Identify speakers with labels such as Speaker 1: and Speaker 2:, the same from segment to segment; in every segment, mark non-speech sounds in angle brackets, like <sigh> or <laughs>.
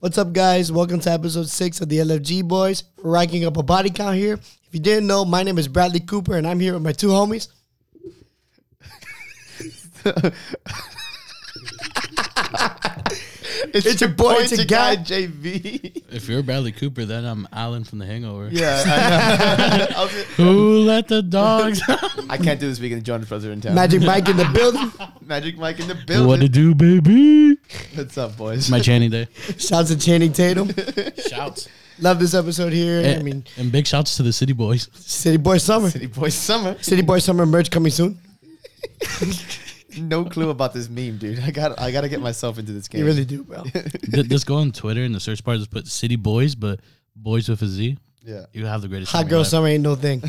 Speaker 1: What's up, guys? Welcome to episode six of the LFG Boys. We're racking up a body count here. If you didn't know, my name is Bradley Cooper, and I'm here with my two homies.
Speaker 2: It's,
Speaker 1: your boy, it's a guy.
Speaker 2: JV.
Speaker 3: If you're Bradley Cooper, then I'm Alan from The Hangover.
Speaker 2: Yeah, <laughs> I know. I, was-
Speaker 3: Who let the dogs
Speaker 2: <laughs>
Speaker 3: out?
Speaker 2: I can't do this weekend. The Jonas Brothers are in town.
Speaker 1: Magic Mike in the building.
Speaker 2: Magic Mike in the building.
Speaker 3: <laughs> what to do, baby?
Speaker 2: What's up, boys?
Speaker 3: It's my Channing Day.
Speaker 1: Shouts to Channing Tatum.
Speaker 3: Shouts.
Speaker 1: Love this episode here. I
Speaker 3: And,
Speaker 1: mean,
Speaker 3: and big shouts to the City Boys.
Speaker 1: City Boy Summer.
Speaker 2: <laughs> City Boys Summer.
Speaker 1: City Boy Summer merch coming soon.
Speaker 2: No clue about this meme, dude. I got. I got to get myself into this game.
Speaker 1: You really do, bro.
Speaker 3: Th- just go on Twitter and the search bar, just put City Boys, but boys with a Z.
Speaker 2: Yeah.
Speaker 3: You have the greatest. time
Speaker 1: Hot
Speaker 3: of your
Speaker 1: girl
Speaker 3: life.
Speaker 1: summer ain't no thing.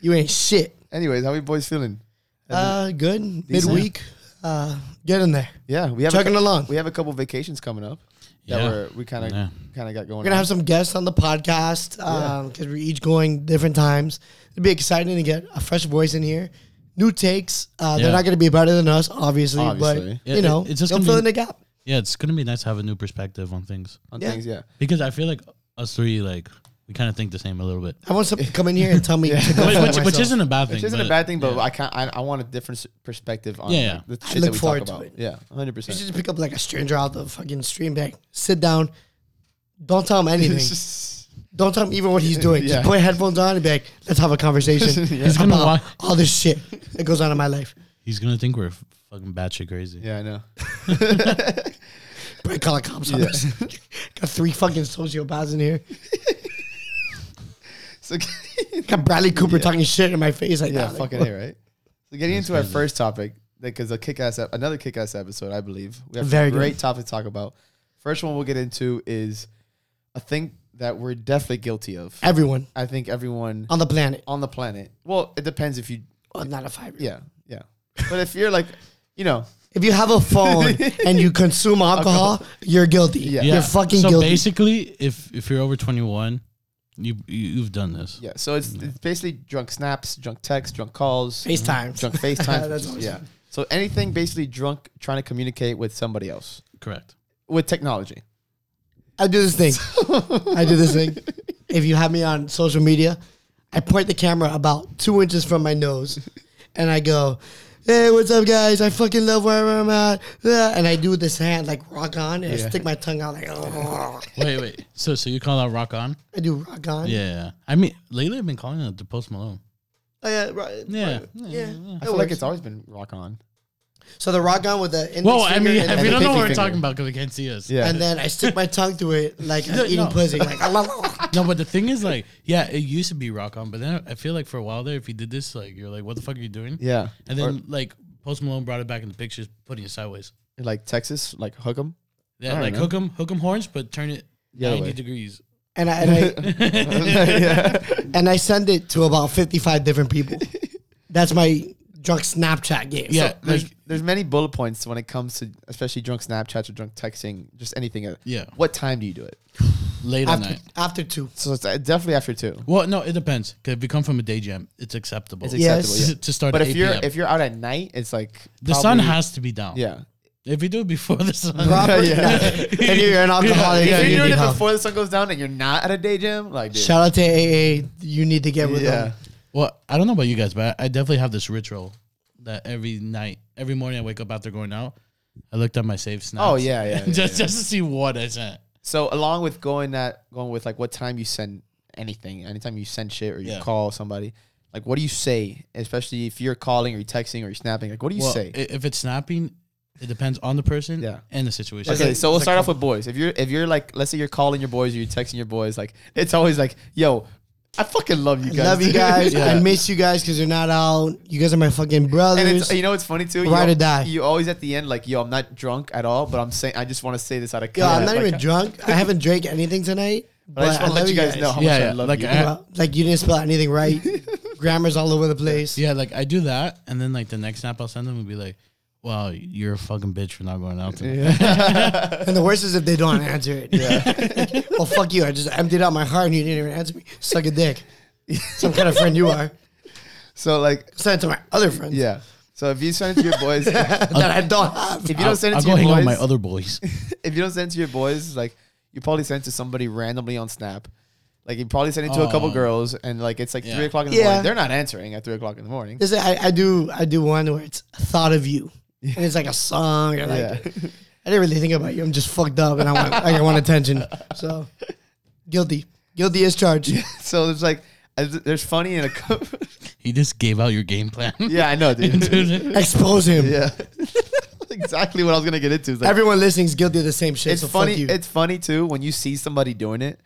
Speaker 1: you ain't shit.
Speaker 2: Anyways, how we boys feeling?
Speaker 1: Uh, good. Midweek. Uh, get in there.
Speaker 2: Yeah, we have
Speaker 1: Chugging
Speaker 2: a, cou-
Speaker 1: along.
Speaker 2: We have a couple vacations coming up that
Speaker 3: Yeah.
Speaker 2: we're, we kind of
Speaker 3: Yeah.
Speaker 2: kind of got going.
Speaker 1: We're gonna
Speaker 2: on.
Speaker 1: have some guests on the podcast because we're each going different times. It'd be exciting to get a fresh voice in here, new takes. Uh, They're
Speaker 3: Yeah.
Speaker 1: not gonna be better than us, obviously,
Speaker 2: Obviously.
Speaker 1: but
Speaker 3: Yeah,
Speaker 1: you
Speaker 3: it-
Speaker 1: know,
Speaker 3: it's just
Speaker 1: they'll
Speaker 3: gonna
Speaker 1: fill
Speaker 3: be-
Speaker 1: in the gap.
Speaker 3: Yeah, it's gonna be nice to have a new perspective on things
Speaker 2: on
Speaker 1: yeah.
Speaker 2: things. Yeah,
Speaker 3: because I feel like us three, like we kind of think the same a little bit,
Speaker 1: I want someone to come in here and tell
Speaker 3: <laughs>
Speaker 1: me, to go
Speaker 3: which,
Speaker 1: fuck
Speaker 3: which- which
Speaker 1: myself.
Speaker 3: isn't a bad thing.
Speaker 2: which isn't
Speaker 3: but-
Speaker 2: a bad thing, but
Speaker 3: yeah.
Speaker 2: I can I, I want a different s- perspective on
Speaker 3: Yeah, yeah.
Speaker 2: like, the
Speaker 1: I
Speaker 2: shit
Speaker 1: look
Speaker 2: that we talk
Speaker 1: forward to
Speaker 2: about.
Speaker 1: it.
Speaker 2: Yeah, hundred
Speaker 1: You
Speaker 2: percent.
Speaker 1: should just pick up like a stranger out the fucking stream bag, sit down, don't tell him anything, <laughs> don't tell him even what he's doing.
Speaker 2: Yeah.
Speaker 1: Just put headphones on and be like, let's have a
Speaker 3: <laughs>
Speaker 1: conversation
Speaker 2: Yeah.
Speaker 3: He's gonna
Speaker 1: about
Speaker 3: walk-
Speaker 1: all this shit that goes on in my life.
Speaker 3: He's gonna think we're f- fucking batshit crazy.
Speaker 2: <laughs> Yeah, I know.
Speaker 1: But I call the cops on
Speaker 2: Yeah.
Speaker 1: us. <laughs> Got three fucking sociopaths in here.
Speaker 2: So
Speaker 1: Got Bradley Cooper talking shit in my face like
Speaker 2: Yeah,
Speaker 1: that. <laughs>
Speaker 2: fucking
Speaker 1: like,
Speaker 2: A, right? So getting into our first topic, because a kick-ass, ep- another kick-ass episode, I believe. We have
Speaker 1: Very
Speaker 2: Very
Speaker 1: good.
Speaker 2: great topic to talk about. First one we'll get into is a thing that we're definitely guilty of.
Speaker 1: Everyone
Speaker 2: I think everyone
Speaker 1: on the planet.
Speaker 2: on the planet. Well, it depends if you,
Speaker 1: Well, not a fiber.
Speaker 2: yeah, yeah. But if you're like, you know,
Speaker 1: If you have a
Speaker 2: <laughs>
Speaker 1: phone and you consume alcohol, you're guilty.
Speaker 2: Yeah.
Speaker 1: You're fucking
Speaker 3: so
Speaker 1: guilty.
Speaker 3: basically, if if you're over 21, you you- you've done this.
Speaker 2: yeah. So it's, it's basically drunk snaps, drunk texts, drunk calls,
Speaker 1: FaceTime.
Speaker 2: drunk
Speaker 1: <laughs>
Speaker 2: FaceTime.
Speaker 1: That's awesome.
Speaker 2: yeah. So anything basically drunk trying to communicate with somebody else
Speaker 3: Correct.
Speaker 2: with technology.
Speaker 1: I do this
Speaker 2: <laughs>
Speaker 1: thing. I do this thing. If you have me on social media, I point the camera about two inches from my nose and I go, Hey, what's up, guys? I fucking love where I'm at. Yeah, And I do this hand, like rock on, and I
Speaker 2: Yeah.
Speaker 1: stick my tongue out, like, <laughs> "Oh."
Speaker 3: Wait, wait. So so you call that rock on?
Speaker 1: I do rock on.
Speaker 3: Yeah, yeah. I mean, lately I've been calling it the Post Malone.
Speaker 1: Oh, yeah, right.
Speaker 3: Yeah.
Speaker 1: Yeah.
Speaker 2: I
Speaker 1: it
Speaker 2: feel like
Speaker 1: works.
Speaker 2: it's always been rock on.
Speaker 1: So the rock on with the index
Speaker 3: Well, I
Speaker 1: finger
Speaker 3: mean,
Speaker 1: and,
Speaker 3: we
Speaker 1: the
Speaker 3: don't know
Speaker 1: pinky
Speaker 3: what we're
Speaker 1: finger.
Speaker 3: talking about because they can't see us.
Speaker 2: Yeah.
Speaker 1: And then I stick my tongue through it like I'm
Speaker 3: No,
Speaker 1: eating
Speaker 3: no.
Speaker 1: pussy. Like I love
Speaker 3: No, but the thing is, like, yeah, it used to be rock on, but then I feel like for a while there, if you did this, like, you're like, what the fuck are you doing?
Speaker 2: Yeah.
Speaker 3: And then like Post Malone brought it back in the pictures, putting it sideways.
Speaker 2: Or, like Texas, like hook 'em. I
Speaker 3: Yeah,
Speaker 2: don't
Speaker 3: like
Speaker 2: know.
Speaker 3: hook 'em, hook 'em horns, but turn it
Speaker 2: The other
Speaker 3: 90
Speaker 2: way.
Speaker 3: degrees.
Speaker 1: and I and I,
Speaker 2: yeah. <laughs>
Speaker 1: and I send it to about 55 different people. That's my drunk Snapchat game. So
Speaker 3: Yeah,
Speaker 2: There's,
Speaker 3: like
Speaker 2: there's many bullet points when it comes to especially drunk Snapchats or drunk texting, just anything. else.
Speaker 3: Yeah.
Speaker 2: What time do you do it?
Speaker 3: late at
Speaker 1: after
Speaker 3: night.
Speaker 1: after two.
Speaker 2: So it's uh, definitely after two.
Speaker 3: Well, no, it depends. 'Cause if you come from a day jam, it's acceptable.
Speaker 2: It's
Speaker 1: Yes.
Speaker 2: acceptable.
Speaker 3: to,
Speaker 2: Yeah.
Speaker 3: to start.
Speaker 2: But
Speaker 3: at
Speaker 2: if
Speaker 3: 8
Speaker 2: you're
Speaker 3: p.m.
Speaker 2: if you're out at night, it's like
Speaker 3: the sun
Speaker 2: probably-
Speaker 3: has to be down.
Speaker 2: yeah.
Speaker 3: <laughs> If you do it before the sun,
Speaker 2: <laughs>
Speaker 1: Proper,
Speaker 2: Yeah.
Speaker 1: Then you're an alcoholic.
Speaker 3: Yeah,
Speaker 2: if
Speaker 1: you
Speaker 2: you're
Speaker 1: need
Speaker 2: doing it
Speaker 1: help.
Speaker 2: before the sun goes down and you're not at a day gym, like dude,
Speaker 1: Shout out to AA. You need to get with
Speaker 2: yeah,
Speaker 1: them.
Speaker 3: Well, I don't know about you guys, but I I definitely have this ritual that every night, every morning I wake up after going out, I looked at my save snaps.
Speaker 2: oh yeah, yeah. yeah,
Speaker 3: <laughs> just just to see what I sent.
Speaker 2: So along with going that going with like what time you send anything, anytime you send shit or you
Speaker 3: Yeah.
Speaker 2: call somebody, like what do you say? Especially if you're calling or you're texting or you're snapping, like what do you
Speaker 3: Well,
Speaker 2: say?
Speaker 3: i- if it's snapping, it depends on the person
Speaker 2: Yeah.
Speaker 3: and the situation.
Speaker 2: Okay, so we'll
Speaker 1: it's
Speaker 2: start
Speaker 1: like-
Speaker 2: off with boys. If you're if you're like let's say you're calling your boys or you're texting your boys, like it's always like, yo, I fucking love you guys.
Speaker 1: Love you guys.
Speaker 3: Yeah.
Speaker 1: I miss you guys because you're not out. You guys are my fucking brothers.
Speaker 2: <laughs> And it's, you know what's funny too? You-
Speaker 1: Ride or die.
Speaker 2: You always at the end like, yo, I'm not drunk at all, but I'm saying I just want to say this out of
Speaker 1: Yo, I'm not
Speaker 2: like,
Speaker 1: even drunk. I haven't drank anything tonight.
Speaker 2: But I just want to let you guys, know how
Speaker 3: Yeah,
Speaker 2: much I
Speaker 3: yeah,
Speaker 2: love
Speaker 3: like
Speaker 2: you.
Speaker 3: I-
Speaker 1: Well, like you didn't spell anything right.
Speaker 2: <laughs>
Speaker 1: Grammar's all over the place.
Speaker 3: yeah, like I do that, and then like the next snap I'll send them would be like, "Wow, you're a fucking bitch for not going out." Today.
Speaker 1: And the worst is if they don't answer it. <laughs> well, fuck you. I just emptied out my heart and you didn't even answer me.
Speaker 2: <laughs>
Speaker 1: Suck a dick. Some kind of friend you are.
Speaker 2: so like
Speaker 1: Send it to my other friends.
Speaker 2: yeah. So if you send it to your boys,
Speaker 1: <laughs>
Speaker 2: if
Speaker 1: that I
Speaker 2: <laughs>
Speaker 1: don't have.
Speaker 2: you don't send it
Speaker 3: I'll
Speaker 2: to
Speaker 3: go
Speaker 2: your
Speaker 3: hang out
Speaker 2: boys,
Speaker 3: with my other boys.
Speaker 2: <laughs> if you don't send it to your boys, like you probably send it to somebody randomly on Snap. Like you probably send it to a couple
Speaker 3: Oh.
Speaker 2: girls, and like it's like
Speaker 3: Yeah.
Speaker 2: three o'clock in the
Speaker 1: Yeah.
Speaker 2: morning. They're not answering at three o'clock in the morning.
Speaker 1: This- I, I do I do one where it's thought of you. And it's like a song. Or like,
Speaker 2: Yeah, <laughs>
Speaker 1: I didn't really think about you. I'm just fucked up and I want like, I want attention. So guilty. Guilty as
Speaker 2: <laughs>
Speaker 1: charged.
Speaker 2: so it's like uh, there's funny and a <laughs> co-
Speaker 3: He just gave out your game
Speaker 1: <laughs>
Speaker 3: plan. <laughs>
Speaker 2: yeah, I know, dude.
Speaker 3: Dude,
Speaker 1: Expose him.
Speaker 2: yeah, <laughs> exactly what I was gonna get into. It's, like,
Speaker 1: Everyone listening's guilty of the same shit.
Speaker 2: it's
Speaker 1: so
Speaker 2: funny.
Speaker 1: Fuck you.
Speaker 2: It's funny too when you see somebody doing it.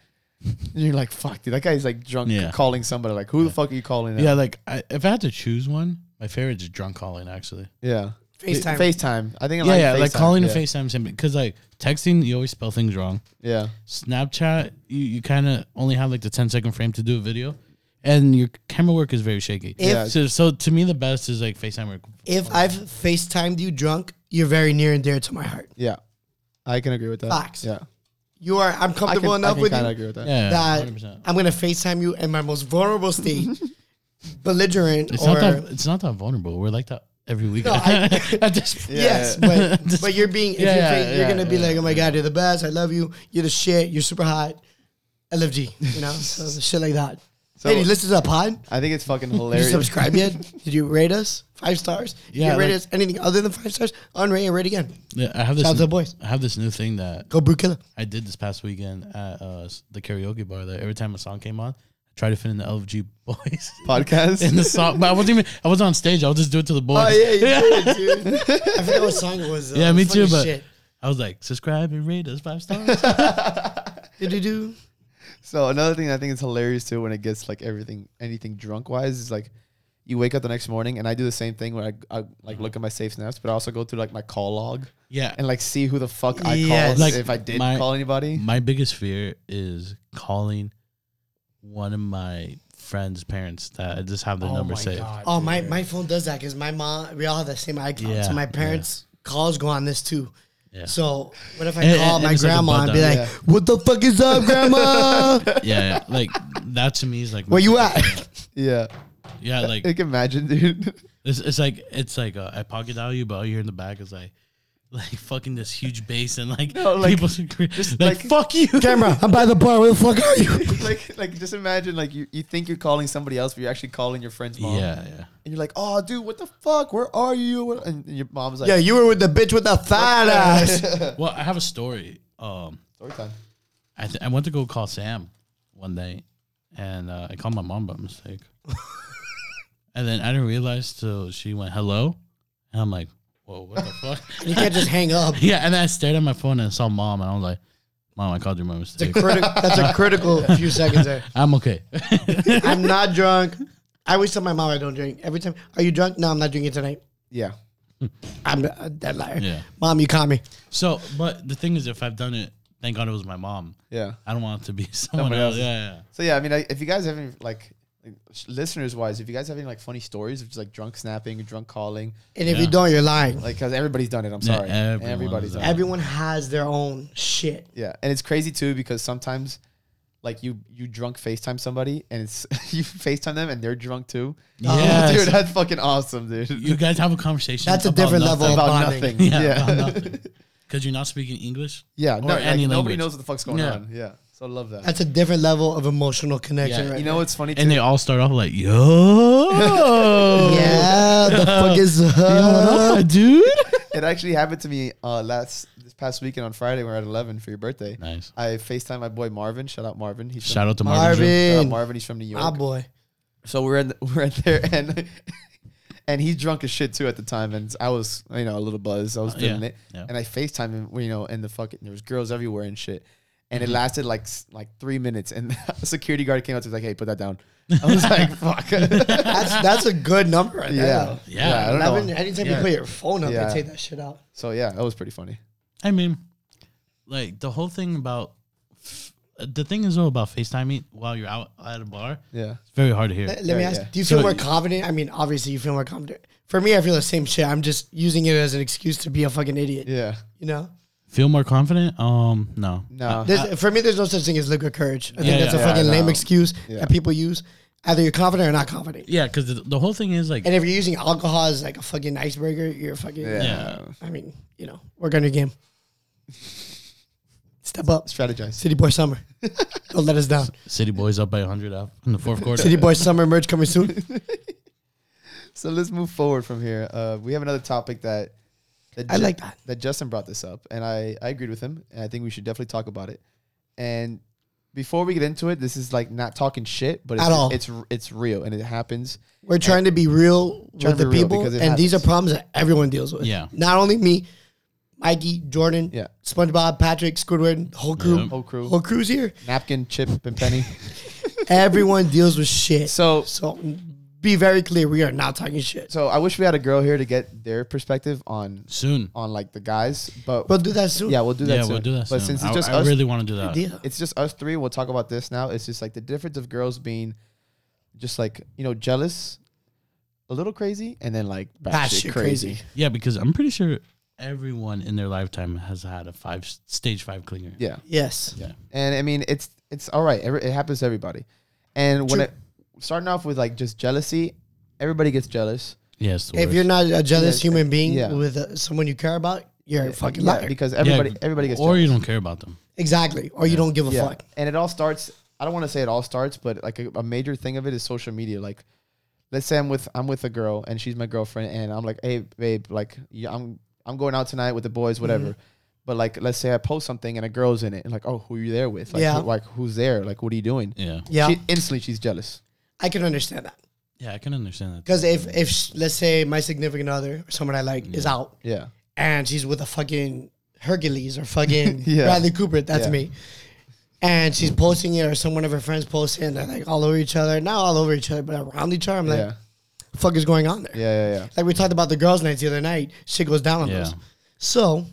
Speaker 2: And you're like, fuck, dude, that guy's like drunk
Speaker 3: Yeah.
Speaker 2: calling somebody. Like, who the fuck are you calling?
Speaker 3: yeah, like I, if I had to choose one, my favorite is drunk calling actually.
Speaker 2: yeah.
Speaker 1: FaceTime.
Speaker 2: FaceTime. I think I
Speaker 3: Yeah,
Speaker 2: like
Speaker 3: yeah,
Speaker 2: FaceTime.
Speaker 3: like calling
Speaker 2: yeah.
Speaker 3: and FaceTime same because like texting, you always spell things wrong.
Speaker 2: Yeah.
Speaker 3: Snapchat, you, you kind of only have like the 10 second frame to do a video, and your camera work is very shaky.
Speaker 1: If-
Speaker 3: so, so to me, the best is like FaceTime work.
Speaker 1: if I've FaceTimed you drunk, you're very near and dear to my heart.
Speaker 2: Yeah. I can agree with that.
Speaker 1: Facts.
Speaker 2: Yeah.
Speaker 1: You are I'm
Speaker 2: I
Speaker 1: comfortable
Speaker 2: can, I
Speaker 1: enough
Speaker 2: can
Speaker 1: with
Speaker 2: kind of
Speaker 1: you
Speaker 2: agree with that.
Speaker 3: yeah,
Speaker 1: that
Speaker 3: 100%.
Speaker 1: I'm gonna FaceTime you in my most vulnerable
Speaker 3: <laughs>
Speaker 1: state. belligerent
Speaker 3: It's
Speaker 1: or
Speaker 3: not that it's not that vulnerable. We're like that every <laughs> week.
Speaker 1: I-
Speaker 3: at this
Speaker 1: <laughs>
Speaker 3: point.
Speaker 1: Yes,
Speaker 3: <laughs>
Speaker 1: but but you're being if
Speaker 3: Yeah,
Speaker 1: you're,
Speaker 3: yeah,
Speaker 1: fake, you're
Speaker 3: yeah,
Speaker 1: gonna be
Speaker 3: yeah.
Speaker 1: like, oh my god, you're the best. I love you. You're the shit. You're super hot. LFG, you know,
Speaker 3: <laughs>
Speaker 1: so shit like that.
Speaker 2: So-
Speaker 1: Lady, listen to the pod.
Speaker 2: I think it's fucking
Speaker 1: Did you
Speaker 2: hilarious.
Speaker 1: subscribe yet?
Speaker 3: <laughs>
Speaker 1: Did you rate us five stars? Did
Speaker 3: Yeah,
Speaker 1: you rate
Speaker 3: like-
Speaker 1: us anything other than five stars? Unrate and rate again.
Speaker 3: Yeah, I have this.
Speaker 1: Shout out to the
Speaker 3: n-
Speaker 1: boys.
Speaker 3: I have this new thing that
Speaker 1: Go brew
Speaker 3: <laughs>
Speaker 1: killer.
Speaker 3: I did this past weekend at uh, s- the karaoke bar. That every time a song came on, I tried to fit in the LFG boys
Speaker 2: <laughs>
Speaker 3: <laughs>
Speaker 2: podcast. <laughs>
Speaker 3: in the song, but I wasn't even. I was on stage. I will just do it to the boys.
Speaker 1: Oh yeah, you did,
Speaker 3: <laughs>
Speaker 1: dude. I forgot what song it was. though.
Speaker 3: Yeah, me
Speaker 1: Funny
Speaker 3: too, but-
Speaker 1: shit.
Speaker 3: I was like, subscribe and rate us
Speaker 1: <laughs>
Speaker 3: five stars.
Speaker 1: Did you do?
Speaker 2: so another thing I think is hilarious too when it gets like everything, anything drunk wise is like, you wake up the next morning and I do the same thing where I, I like look at my safe snaps, but I also go through like my call log
Speaker 3: yeah,
Speaker 2: and like see who the fuck I
Speaker 1: Yes.
Speaker 2: called
Speaker 3: Like,
Speaker 2: if I did
Speaker 3: my-
Speaker 2: call anybody.
Speaker 3: My biggest fear is calling one of my friends' parents that I just have their number saved.
Speaker 1: Oh, my, my phone does that because my mom, we all have the same icon.
Speaker 3: Yeah,
Speaker 1: so my
Speaker 3: yeah.
Speaker 1: parents' calls go on this too.
Speaker 3: Yeah.
Speaker 1: So what if I
Speaker 3: And-
Speaker 1: call
Speaker 3: and-
Speaker 1: my
Speaker 3: and it's like a
Speaker 1: grandma
Speaker 3: butt
Speaker 1: and be
Speaker 3: dial.
Speaker 1: like, "What the fuck is up,
Speaker 3: <laughs>
Speaker 1: grandma?
Speaker 3: Yeah,
Speaker 1: <laughs>
Speaker 3: like that to me is like
Speaker 1: Where you
Speaker 3: <laughs>
Speaker 1: at?"
Speaker 2: Yeah.
Speaker 3: Yeah, like
Speaker 2: I can imagine, dude. <laughs>
Speaker 3: It's, it's like it's like uh, I pocket dial you, but all you hear in the back is like, <laughs> like fucking this huge bass and <laughs> like,
Speaker 2: No, like,
Speaker 3: people just like,
Speaker 2: like-
Speaker 3: fuck you.
Speaker 1: Camera, I'm by the bar. Where the fuck are you?
Speaker 2: <laughs> like, like just imagine like you, you think you're calling somebody else, but you're actually calling your friend's mom.
Speaker 3: Yeah, yeah.
Speaker 2: And you're like, oh, dude, what the fuck? Where are you? And your mom's like,
Speaker 1: yeah, you were with the bitch with the fat ass.
Speaker 3: Well, I have a story. Um,
Speaker 2: story time.
Speaker 3: I th- I went to go call Sam one day, and uh, I called my mom by <laughs> mistake, and then I didn't realize till she went hello, and I'm like, whoa, what the fuck?
Speaker 1: <laughs>
Speaker 3: <laughs>
Speaker 1: You can't just hang up.
Speaker 3: yeah, and then I stared at my phone and saw mom, and I was like, mom, I called you by mistake. <laughs>
Speaker 1: Criti- that's a critical <laughs> few seconds there.
Speaker 3: I'm okay.
Speaker 1: I'm not drunk. I always tell my mom I don't drink. Every time, are you drunk? No, I'm not drinking tonight.
Speaker 2: Yeah.
Speaker 1: I'm a dead liar.
Speaker 3: Yeah.
Speaker 1: Mom, you caught me.
Speaker 3: so, but the thing is, if I've done it, thank God it was my mom.
Speaker 2: Yeah.
Speaker 3: I don't want it to be <laughs> someone
Speaker 2: Somebody
Speaker 3: else.
Speaker 2: else's.
Speaker 3: Yeah, yeah.
Speaker 2: So yeah, I mean, I, if you guys have any like, like listeners wise, if you guys have any like funny stories of just like drunk snapping, drunk calling,
Speaker 1: And if
Speaker 3: Yeah.
Speaker 1: you don't, you're lying.
Speaker 2: like because everybody's done it. I'm
Speaker 3: Yeah,
Speaker 2: sorry,
Speaker 3: everyone
Speaker 2: everybody's
Speaker 3: is
Speaker 2: done.
Speaker 3: out.
Speaker 2: it.
Speaker 1: Everyone has their own shit.
Speaker 2: Yeah, and it's crazy too because sometimes, like you you drunk Facetime somebody and it's <laughs> you Facetime them and they're drunk too.
Speaker 3: Yes.
Speaker 2: dude, that's fucking awesome, dude.
Speaker 3: You guys have a conversation.
Speaker 1: Oh, That's a
Speaker 3: about
Speaker 1: different
Speaker 3: nothing.
Speaker 1: level of
Speaker 2: about
Speaker 1: bonding.
Speaker 2: nothing.
Speaker 3: <laughs> Yeah,
Speaker 2: Yeah, yeah. <laughs>
Speaker 3: about nothing.
Speaker 1: <laughs>
Speaker 3: Because you're not speaking English.
Speaker 2: no, like,
Speaker 3: any
Speaker 2: nobody
Speaker 3: language.
Speaker 2: knows what the fuck's going
Speaker 3: Yeah.
Speaker 2: on. Yeah, so I love that.
Speaker 1: That's a different level of emotional connection,
Speaker 3: Yeah.
Speaker 1: right?
Speaker 2: you know what's funny too?
Speaker 3: And they all start off like, yo.
Speaker 1: there. <laughs> yeah,
Speaker 2: <laughs>
Speaker 1: the fuck is up?
Speaker 3: What
Speaker 1: <laughs>
Speaker 3: up, dude?
Speaker 2: It actually happened to me uh, last this past weekend on Friday. We are at eleven for your birthday.
Speaker 3: Nice.
Speaker 2: I FaceTime my boy Marvin. Shout out Marvin. He's
Speaker 3: Shout
Speaker 2: from,
Speaker 3: out Ah, to Marvin. Drew.
Speaker 2: Shout out
Speaker 1: Marvin,
Speaker 2: Marvin. He's from New York.
Speaker 1: my boy.
Speaker 2: so we're in <laughs> we're in there and and he's drunk as shit too at the time. And I was you know a little buzzed. I was
Speaker 3: Uh, yeah,
Speaker 2: feeling it.
Speaker 3: yeah.
Speaker 2: And I Facetime him. You know, and the fucking there was girls everywhere and shit. And
Speaker 3: Mm-hmm.
Speaker 2: it lasted like s- like three minutes. And <laughs> a security guard came out to was like, "Hey, put that
Speaker 3: <laughs>
Speaker 2: down." I was like, "Fuck." yeah,
Speaker 1: That's that's a good number right
Speaker 2: yeah.
Speaker 1: there.
Speaker 2: I
Speaker 1: though.
Speaker 2: don't know.
Speaker 1: Eleven- Anytime
Speaker 3: Yeah.
Speaker 1: you put your phone up,
Speaker 2: Yeah.
Speaker 1: they take that shit out.
Speaker 2: So yeah, that was pretty funny.
Speaker 3: I mean, like the whole thing about the thing is all about FaceTiming while you're out at a bar.
Speaker 2: Yeah.
Speaker 3: It's very hard to hear.
Speaker 1: Let, let me
Speaker 2: Yeah,
Speaker 1: ask:
Speaker 2: yeah.
Speaker 1: Do you feel
Speaker 3: So-
Speaker 1: more confident? I mean, obviously, you feel more confident. For me, I feel the same shit. I'm just using it as an excuse to be a fucking idiot.
Speaker 2: Yeah.
Speaker 1: You know,
Speaker 3: Feel more confident? Um, no.
Speaker 2: No.
Speaker 1: there's, for me, there's no such thing as liquid courage. I
Speaker 3: Yeah,
Speaker 1: think that's
Speaker 3: yeah.
Speaker 1: a fucking
Speaker 2: Yeah, I
Speaker 1: lame
Speaker 2: know.
Speaker 1: excuse
Speaker 2: Yeah.
Speaker 1: that people use. Either you're confident or not confident.
Speaker 3: Yeah, because the, the whole thing is like,
Speaker 1: And if you're using alcohol as like a fucking icebreaker, you're fucking.
Speaker 2: Yeah.
Speaker 3: Yeah.
Speaker 1: I mean, you know, work on your
Speaker 2: <laughs>
Speaker 1: game. Step up, <laughs>
Speaker 2: Strategize.
Speaker 1: City Boy
Speaker 2: <laughs>
Speaker 1: Summer. Don't let us down.
Speaker 3: City Boys up by 100 up in
Speaker 1: <laughs>
Speaker 3: the fourth quarter.
Speaker 1: City Boy Summer merch coming soon.
Speaker 2: So let's move forward from here. Uh, we have another topic that, that
Speaker 1: I like that.
Speaker 2: that Justin brought this up, and I, I agreed with him, and I think we should definitely talk about it. And before we get into it, this is like not talking shit, but it's,
Speaker 1: At all.
Speaker 2: it's it's real and it happens. <laughs>
Speaker 1: We're trying to be real
Speaker 2: Trying
Speaker 1: with
Speaker 2: to
Speaker 1: the
Speaker 2: be real
Speaker 1: people,
Speaker 2: because
Speaker 1: and
Speaker 2: it
Speaker 1: these are
Speaker 2: happens.
Speaker 1: problems that everyone deals with.
Speaker 3: Yeah.
Speaker 1: Not only me, Mikey, Jordan,
Speaker 2: Yeah.
Speaker 1: SpongeBob, Patrick, Squidward, whole crew,
Speaker 3: Yep.
Speaker 2: Whole crew,
Speaker 1: whole crew's here.
Speaker 2: napkin, chip, and penny. <laughs>
Speaker 1: everyone deals with shit.
Speaker 2: so
Speaker 1: So be very clear, we are not talking shit.
Speaker 2: so I wish we had a girl here to get their perspective on
Speaker 3: Soon.
Speaker 2: on like the guys, but
Speaker 1: We'll do that soon.
Speaker 2: yeah, we'll do that.
Speaker 3: yeah,
Speaker 2: soon.
Speaker 3: we'll do that.
Speaker 2: But
Speaker 3: soon.
Speaker 2: since it's
Speaker 3: I,
Speaker 2: just
Speaker 3: I
Speaker 2: us,
Speaker 3: really want to do that.
Speaker 1: Idea.
Speaker 2: it's just us three. We'll talk about this now. It's just like the difference of girls being just like, you know, jealous, a little crazy, and then like
Speaker 1: Batshit crazy.
Speaker 3: Yeah, because I'm pretty sure everyone in their lifetime has had a five stage five clinger.
Speaker 2: Yeah.
Speaker 1: Yes.
Speaker 3: Yeah.
Speaker 2: And I mean, it's it's all right. Every, it happens to everybody. And when
Speaker 1: True.
Speaker 2: it starting off with like just jealousy, everybody gets jealous.
Speaker 3: Yes.
Speaker 1: If you're not a jealous
Speaker 2: Yes,
Speaker 1: human being
Speaker 2: yeah.
Speaker 1: with uh, someone you care about, you're a fucking
Speaker 2: Yeah,
Speaker 1: liar.
Speaker 2: because everybody everybody gets
Speaker 3: Or
Speaker 2: jealous.
Speaker 3: you don't care about them.
Speaker 1: exactly. Or you don't give a
Speaker 2: yeah.
Speaker 1: fuck.
Speaker 2: And it all starts. I don't want to say it all starts, but like a, a major thing of it is social media. Like, let's say I'm with I'm with a girl and she's my girlfriend, and I'm like, hey babe, like yeah, I'm I'm going out tonight with the boys, whatever.
Speaker 1: Mm-hmm.
Speaker 2: But like, let's say I post something and a girl's in it, and like, oh, who are you there with? Like,
Speaker 1: Yeah.
Speaker 2: who- like who's there? Like, what are you doing?
Speaker 3: Yeah.
Speaker 1: Yeah.
Speaker 2: She, instantly, she's jealous.
Speaker 1: I can understand that.
Speaker 3: Yeah, I can understand that.
Speaker 1: Because if, if sh- let's say my significant other, someone I like, is out
Speaker 2: Yeah.
Speaker 1: and she's with a fucking Hercules or fucking
Speaker 2: <laughs> Yeah.
Speaker 1: Bradley Cooper, that's
Speaker 2: Yeah.
Speaker 1: me. And she's posting it, or someone of her friends posting, it, and they're like all over each other. Not all over each other, but around each other. I'm like,
Speaker 2: yeah.
Speaker 1: fuck is going on there?
Speaker 2: Yeah. Yeah. Yeah.
Speaker 1: like we talked about the girls' nights the other night, shit goes down on
Speaker 3: Yeah.
Speaker 1: those. So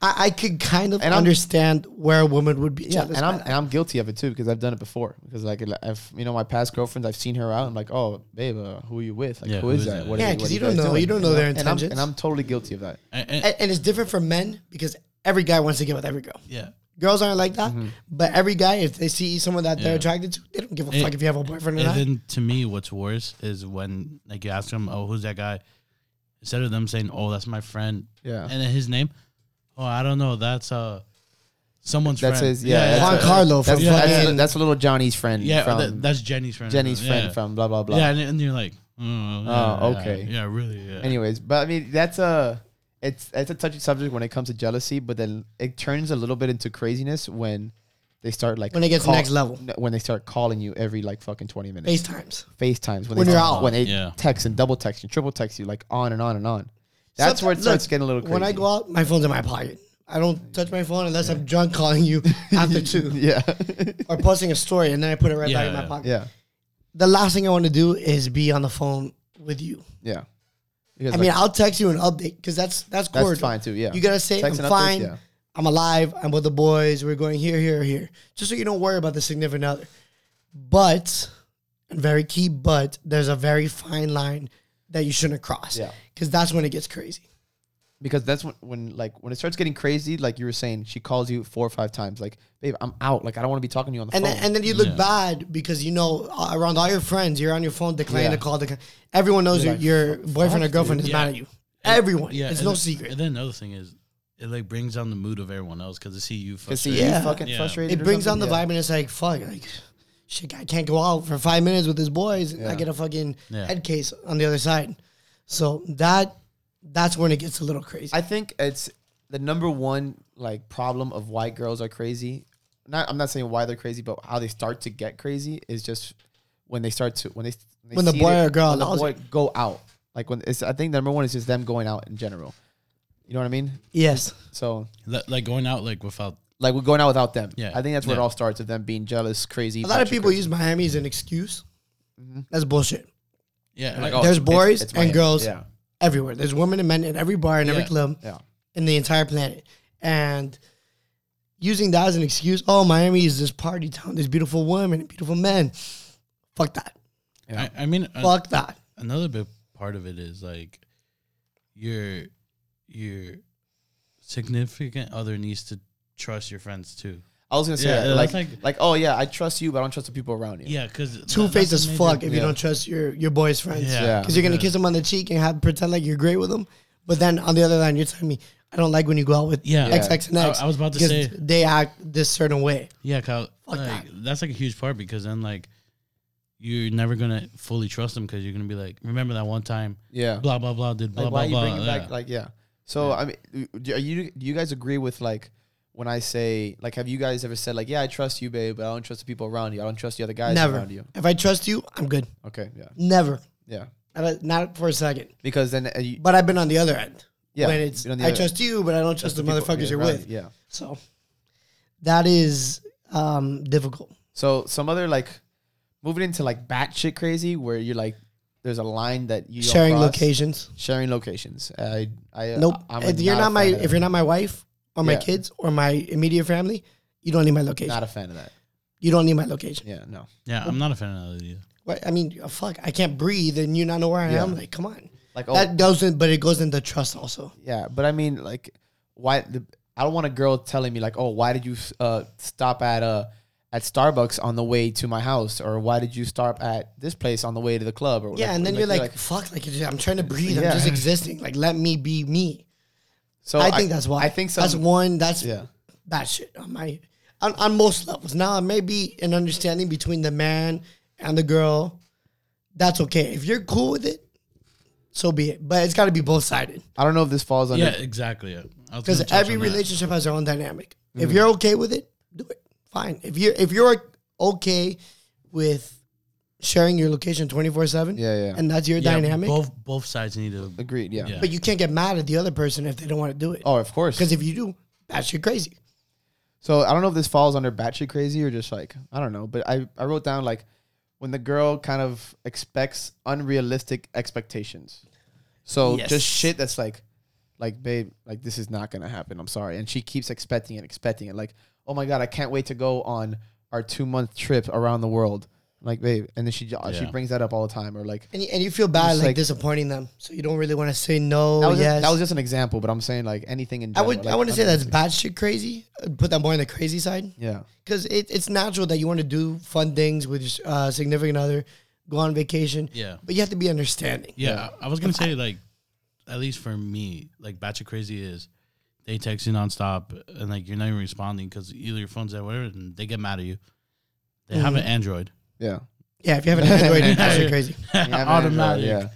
Speaker 1: I, I could kind of
Speaker 2: And I'm-
Speaker 1: understand where a woman would be
Speaker 2: Yeah,
Speaker 1: jealous.
Speaker 2: and I'm
Speaker 1: by
Speaker 2: and I'm guilty of it too because I've done it before. Because like I've you know my past girlfriends, I've seen her out. I'm like, oh babe, uh, who are you with? Like
Speaker 3: Yeah,
Speaker 2: who is that? What are
Speaker 1: Yeah,
Speaker 2: what
Speaker 1: 'cause
Speaker 2: are
Speaker 1: you don't
Speaker 2: guys
Speaker 1: know. You don't know their
Speaker 2: And I'm-
Speaker 1: intentions.
Speaker 2: and I'm totally guilty of that.
Speaker 3: And-
Speaker 1: that.
Speaker 3: and-
Speaker 1: and, and it's different for men because every guy wants to get with every girl.
Speaker 3: yeah.
Speaker 1: Girls aren't like that,
Speaker 2: Mm-hmm.
Speaker 1: but every guy, if they see someone that they're
Speaker 3: Yeah.
Speaker 1: attracted to, they don't give a
Speaker 3: And-
Speaker 1: fuck if you have a boyfriend or
Speaker 3: And
Speaker 1: not.
Speaker 3: then to me, what's worse is when like you ask them, "Oh, who's that guy?" Instead of them saying, "Oh, that's my friend,"
Speaker 2: Yeah.
Speaker 3: and then his name, "Oh, I don't know, that's uh, someone's
Speaker 2: That's
Speaker 3: friend."
Speaker 2: his- yeah, that's
Speaker 1: Juan
Speaker 2: a-
Speaker 1: Carlo from
Speaker 2: That's, that's,
Speaker 1: fucking
Speaker 2: that's a little Johnny's friend.
Speaker 3: yeah, or
Speaker 2: from
Speaker 3: that- that's Jenny's friend.
Speaker 2: Jenny's
Speaker 3: Yeah.
Speaker 2: friend from blah blah blah.
Speaker 3: Yeah, and, and you're like, "Oh, yeah,
Speaker 2: Oh,
Speaker 3: yeah,
Speaker 2: okay.
Speaker 3: yeah, really, yeah."
Speaker 2: Anyways, but I mean that's a it's it's a touchy subject when it comes to jealousy, but then it turns a little bit into craziness when they start like
Speaker 1: When it gets next level.
Speaker 2: n- When they start calling you every like fucking twenty minutes.
Speaker 1: FaceTimes.
Speaker 2: FaceTimes when,
Speaker 1: When
Speaker 2: they,
Speaker 1: you're out.
Speaker 2: when they
Speaker 3: Yeah.
Speaker 2: text and double text and triple text you like on and on and on. That's
Speaker 1: Somet-
Speaker 2: where it starts
Speaker 1: look,
Speaker 2: getting a little crazy.
Speaker 1: When I go out, my phone's in my pocket. I don't touch my phone unless I'm drunk calling
Speaker 2: <laughs>
Speaker 1: you after two
Speaker 2: yeah, <laughs>
Speaker 1: or posting a story and then I put it right back in
Speaker 3: Yeah.
Speaker 1: my pocket.
Speaker 2: yeah,
Speaker 1: The last thing I want to do is be on the phone with you.
Speaker 2: yeah. Because,
Speaker 1: I
Speaker 2: like,
Speaker 1: mean, I'll text you an update because that's that's
Speaker 2: that's
Speaker 1: cordial.
Speaker 2: fine too. Yeah,
Speaker 1: You gotta say
Speaker 2: Text and
Speaker 1: I'm
Speaker 2: updates,
Speaker 1: fine.
Speaker 2: yeah.
Speaker 1: I'm alive. I'm with the boys. We're going here, here, here. Just so you don't worry about the significant other. But, and very key, but there's a very fine line that you shouldn't cross.
Speaker 2: Yeah.
Speaker 1: Because that's when it gets crazy.
Speaker 2: because that's when, when like when it starts getting crazy. Like you were saying, she calls you four or five times. Like, babe, I'm out. Like I don't want to be talking to you on the
Speaker 1: And
Speaker 2: phone.
Speaker 1: then, and then you look bad because you know uh, around all your friends, you're on your phone declining
Speaker 2: Yeah.
Speaker 1: to call. Decline. Everyone knows
Speaker 2: You're
Speaker 1: your,
Speaker 2: like,
Speaker 1: your
Speaker 2: "Fuck,
Speaker 1: boyfriend or
Speaker 2: dude."
Speaker 1: girlfriend is
Speaker 3: Yeah.
Speaker 1: mad at you. Everyone.
Speaker 3: Yeah,
Speaker 1: it's
Speaker 3: and
Speaker 1: no
Speaker 3: then-
Speaker 1: secret.
Speaker 3: And then another thing is, it like brings down the mood of everyone else because they see you.
Speaker 2: Cause see,
Speaker 3: frustrated.
Speaker 1: Yeah.
Speaker 2: you fucking
Speaker 3: Yeah.
Speaker 2: frustrated.
Speaker 1: it
Speaker 2: or
Speaker 1: brings down
Speaker 2: something?
Speaker 1: the
Speaker 2: Yeah.
Speaker 1: vibe and it's like fuck like shit i can't go out for five minutes with his boys and i
Speaker 2: Yeah.
Speaker 1: get a fucking
Speaker 3: Yeah.
Speaker 1: head case on the other side so that that's when it gets a little crazy
Speaker 2: I think it's the number one like problem of why girls are crazy. Not I'm not saying why they're crazy, but how they start to get crazy is just when they start to when they when, they
Speaker 1: When the
Speaker 2: see
Speaker 1: boy
Speaker 2: that-
Speaker 1: or girl
Speaker 2: when the
Speaker 1: allows
Speaker 2: boy go out. Like when it's I think the number one is just them going out in general. You know what I mean?
Speaker 1: yes
Speaker 2: So
Speaker 3: Li- like going out like without.
Speaker 2: like we're going out without them.
Speaker 3: Yeah.
Speaker 2: I think that's where
Speaker 3: Yeah.
Speaker 2: it all starts of them being jealous, crazy.
Speaker 1: a lot of
Speaker 2: batshit
Speaker 1: people
Speaker 2: crazy.
Speaker 1: use miami as an excuse that's bullshit
Speaker 3: Yeah, like,
Speaker 2: oh,
Speaker 1: there's
Speaker 2: it's-
Speaker 1: boys
Speaker 2: it's
Speaker 1: and
Speaker 2: Miami.
Speaker 1: girls
Speaker 2: Yeah.
Speaker 1: everywhere there's women and men in every bar and every
Speaker 3: Yeah.
Speaker 1: club
Speaker 2: Yeah.
Speaker 1: in the entire planet and using that as an excuse oh miami is this party town there's beautiful women and beautiful men fuck that
Speaker 3: I, I mean, uh,
Speaker 1: fuck that
Speaker 3: another big part of it is like your your significant other needs to trust your friends too.
Speaker 2: I was gonna say
Speaker 3: Yeah,
Speaker 2: that,
Speaker 3: yeah,
Speaker 2: like,
Speaker 3: that's
Speaker 2: like
Speaker 3: like-
Speaker 2: oh yeah, I trust you, but I don't trust the people around you.
Speaker 3: Yeah, because
Speaker 1: Two faced as fuck if you
Speaker 2: Yeah.
Speaker 1: don't trust your your boy's friends.
Speaker 3: Yeah,
Speaker 2: Yeah.
Speaker 1: Because you're gonna kiss them on the cheek and have, pretend like you're great with them, but then on the other hand, you're telling me I don't like when you go out with
Speaker 3: Yeah.
Speaker 1: X X and
Speaker 3: I-
Speaker 1: X.
Speaker 3: I was about to
Speaker 1: 'cause
Speaker 3: say-
Speaker 1: they act this certain way.
Speaker 3: Yeah, Kyle, like,
Speaker 1: that.
Speaker 3: that's like a huge part because then like you're never gonna fully trust them because you're gonna be like, remember that one time,
Speaker 2: yeah.
Speaker 3: blah blah blah did blah
Speaker 2: Like,
Speaker 3: blah
Speaker 2: why you
Speaker 3: blah.
Speaker 2: bring it
Speaker 3: yeah.
Speaker 2: back? Like, yeah. So I mean, do- are you do you guys agree with like when I say like, have you guys ever said like, yeah, I trust you, babe, but I don't trust the people around you. I don't trust the other guys
Speaker 1: Never.
Speaker 2: around you.
Speaker 1: If I trust you, I'm good.
Speaker 2: Okay, yeah,
Speaker 1: Never.
Speaker 2: yeah.
Speaker 1: I don't- Not for a second.
Speaker 2: Because then uh, you,
Speaker 1: But I've been on the other end.
Speaker 2: yeah,
Speaker 1: when it's
Speaker 2: you're on the
Speaker 1: I
Speaker 2: other-
Speaker 1: trust you, but I don't trust the,
Speaker 2: people-
Speaker 1: motherfuckers
Speaker 2: yeah,
Speaker 1: you're
Speaker 2: around
Speaker 1: with.
Speaker 2: you, Yeah.
Speaker 1: So that is um, difficult.
Speaker 2: So some other like moving into like batshit crazy where you're like, there's a line that you don't
Speaker 1: Sharing
Speaker 2: cross.
Speaker 1: locations.
Speaker 2: Sharing locations. I Uh, I
Speaker 1: Nope.
Speaker 2: I'm
Speaker 1: if you're not my
Speaker 2: a fan of
Speaker 1: if
Speaker 2: that.
Speaker 1: you're not my wife or my
Speaker 2: Yeah.
Speaker 1: kids or my immediate family, you don't need my location.
Speaker 2: not a fan of that.
Speaker 1: you don't need my location.
Speaker 2: Yeah, no.
Speaker 3: Yeah, I'm not a fan of that either.
Speaker 1: What, I mean, oh, fuck, I can't breathe and you not know where I
Speaker 2: Yeah.
Speaker 1: am. Like, come on.
Speaker 2: Like oh
Speaker 1: That doesn't, but it goes into trust also.
Speaker 2: yeah, but I mean like why the, I don't want a girl telling me like oh why did you uh stop at uh at Starbucks on the way to my house or why did you stop at this place on the way to the club or
Speaker 1: Yeah,
Speaker 2: like-
Speaker 1: and then you're like, fuck, like I'm trying to breathe.
Speaker 2: Yeah.
Speaker 1: I'm just existing. Like, let me be me.
Speaker 2: so
Speaker 1: I think that's why.
Speaker 2: I think some,
Speaker 1: that's one. That's
Speaker 2: Yeah.
Speaker 1: that shit on my on, on most levels. Now it may be an understanding between the man and the girl. That's okay if you're cool with it. So be it. But it's got to be both sided
Speaker 2: I don't know if this falls under
Speaker 3: Yeah, exactly. yeah. I was
Speaker 1: because
Speaker 3: gonna touch
Speaker 1: every
Speaker 3: on that.
Speaker 1: relationship has their own dynamic.
Speaker 2: Mm-hmm.
Speaker 1: If you're okay with it, do it. Fine. If you are if you're okay with sharing your location twenty four seven,
Speaker 2: Yeah, yeah.
Speaker 1: and that's your
Speaker 3: Yeah,
Speaker 1: dynamic.
Speaker 3: Both both sides need to.
Speaker 2: agreed, yeah.
Speaker 3: Yeah.
Speaker 1: But you can't get mad at the other person if they don't want to do it.
Speaker 2: Oh, of course.
Speaker 1: Because if you do, that shit crazy.
Speaker 2: So I don't know if this falls under batshit crazy or just like I don't know, but I, I wrote down like when the girl kind of expects unrealistic expectations. So
Speaker 1: Yes.
Speaker 2: just shit that's like like babe, like this is not gonna happen. I'm sorry. And she keeps expecting it, expecting it. Like, oh my god, I can't wait to go on our two month trip around the world. I'm like, babe, and then she she
Speaker 3: Yeah.
Speaker 2: brings that up all the time, or like
Speaker 1: And you, and you feel bad
Speaker 2: Just
Speaker 1: like,
Speaker 2: like-
Speaker 1: disappointing them, so you don't really want to say no.
Speaker 2: that was
Speaker 1: yes,
Speaker 2: just, that was just an example, but I'm saying like anything in
Speaker 1: I
Speaker 2: general.
Speaker 1: would I
Speaker 2: like,
Speaker 1: want to say that's
Speaker 2: unrealistic.
Speaker 1: batshit crazy. I'd Put that more on the crazy side
Speaker 2: yeah,
Speaker 1: because it, it's natural that you want to do fun things with uh, significant other, go on vacation.
Speaker 3: Yeah.
Speaker 1: but you have to be understanding.
Speaker 3: Yeah, I I was gonna say like, at least for me, like batch of crazy is they text you nonstop and like you're not even responding because either your phone's dead, whatever, and they get mad at you. They have
Speaker 2: Mm-hmm.
Speaker 3: an Android,
Speaker 2: yeah,
Speaker 1: Yeah, if you have an
Speaker 2: <laughs>
Speaker 1: Android, it's batshit crazy.
Speaker 2: You have an Android,
Speaker 3: <laughs> automatic.
Speaker 2: yeah.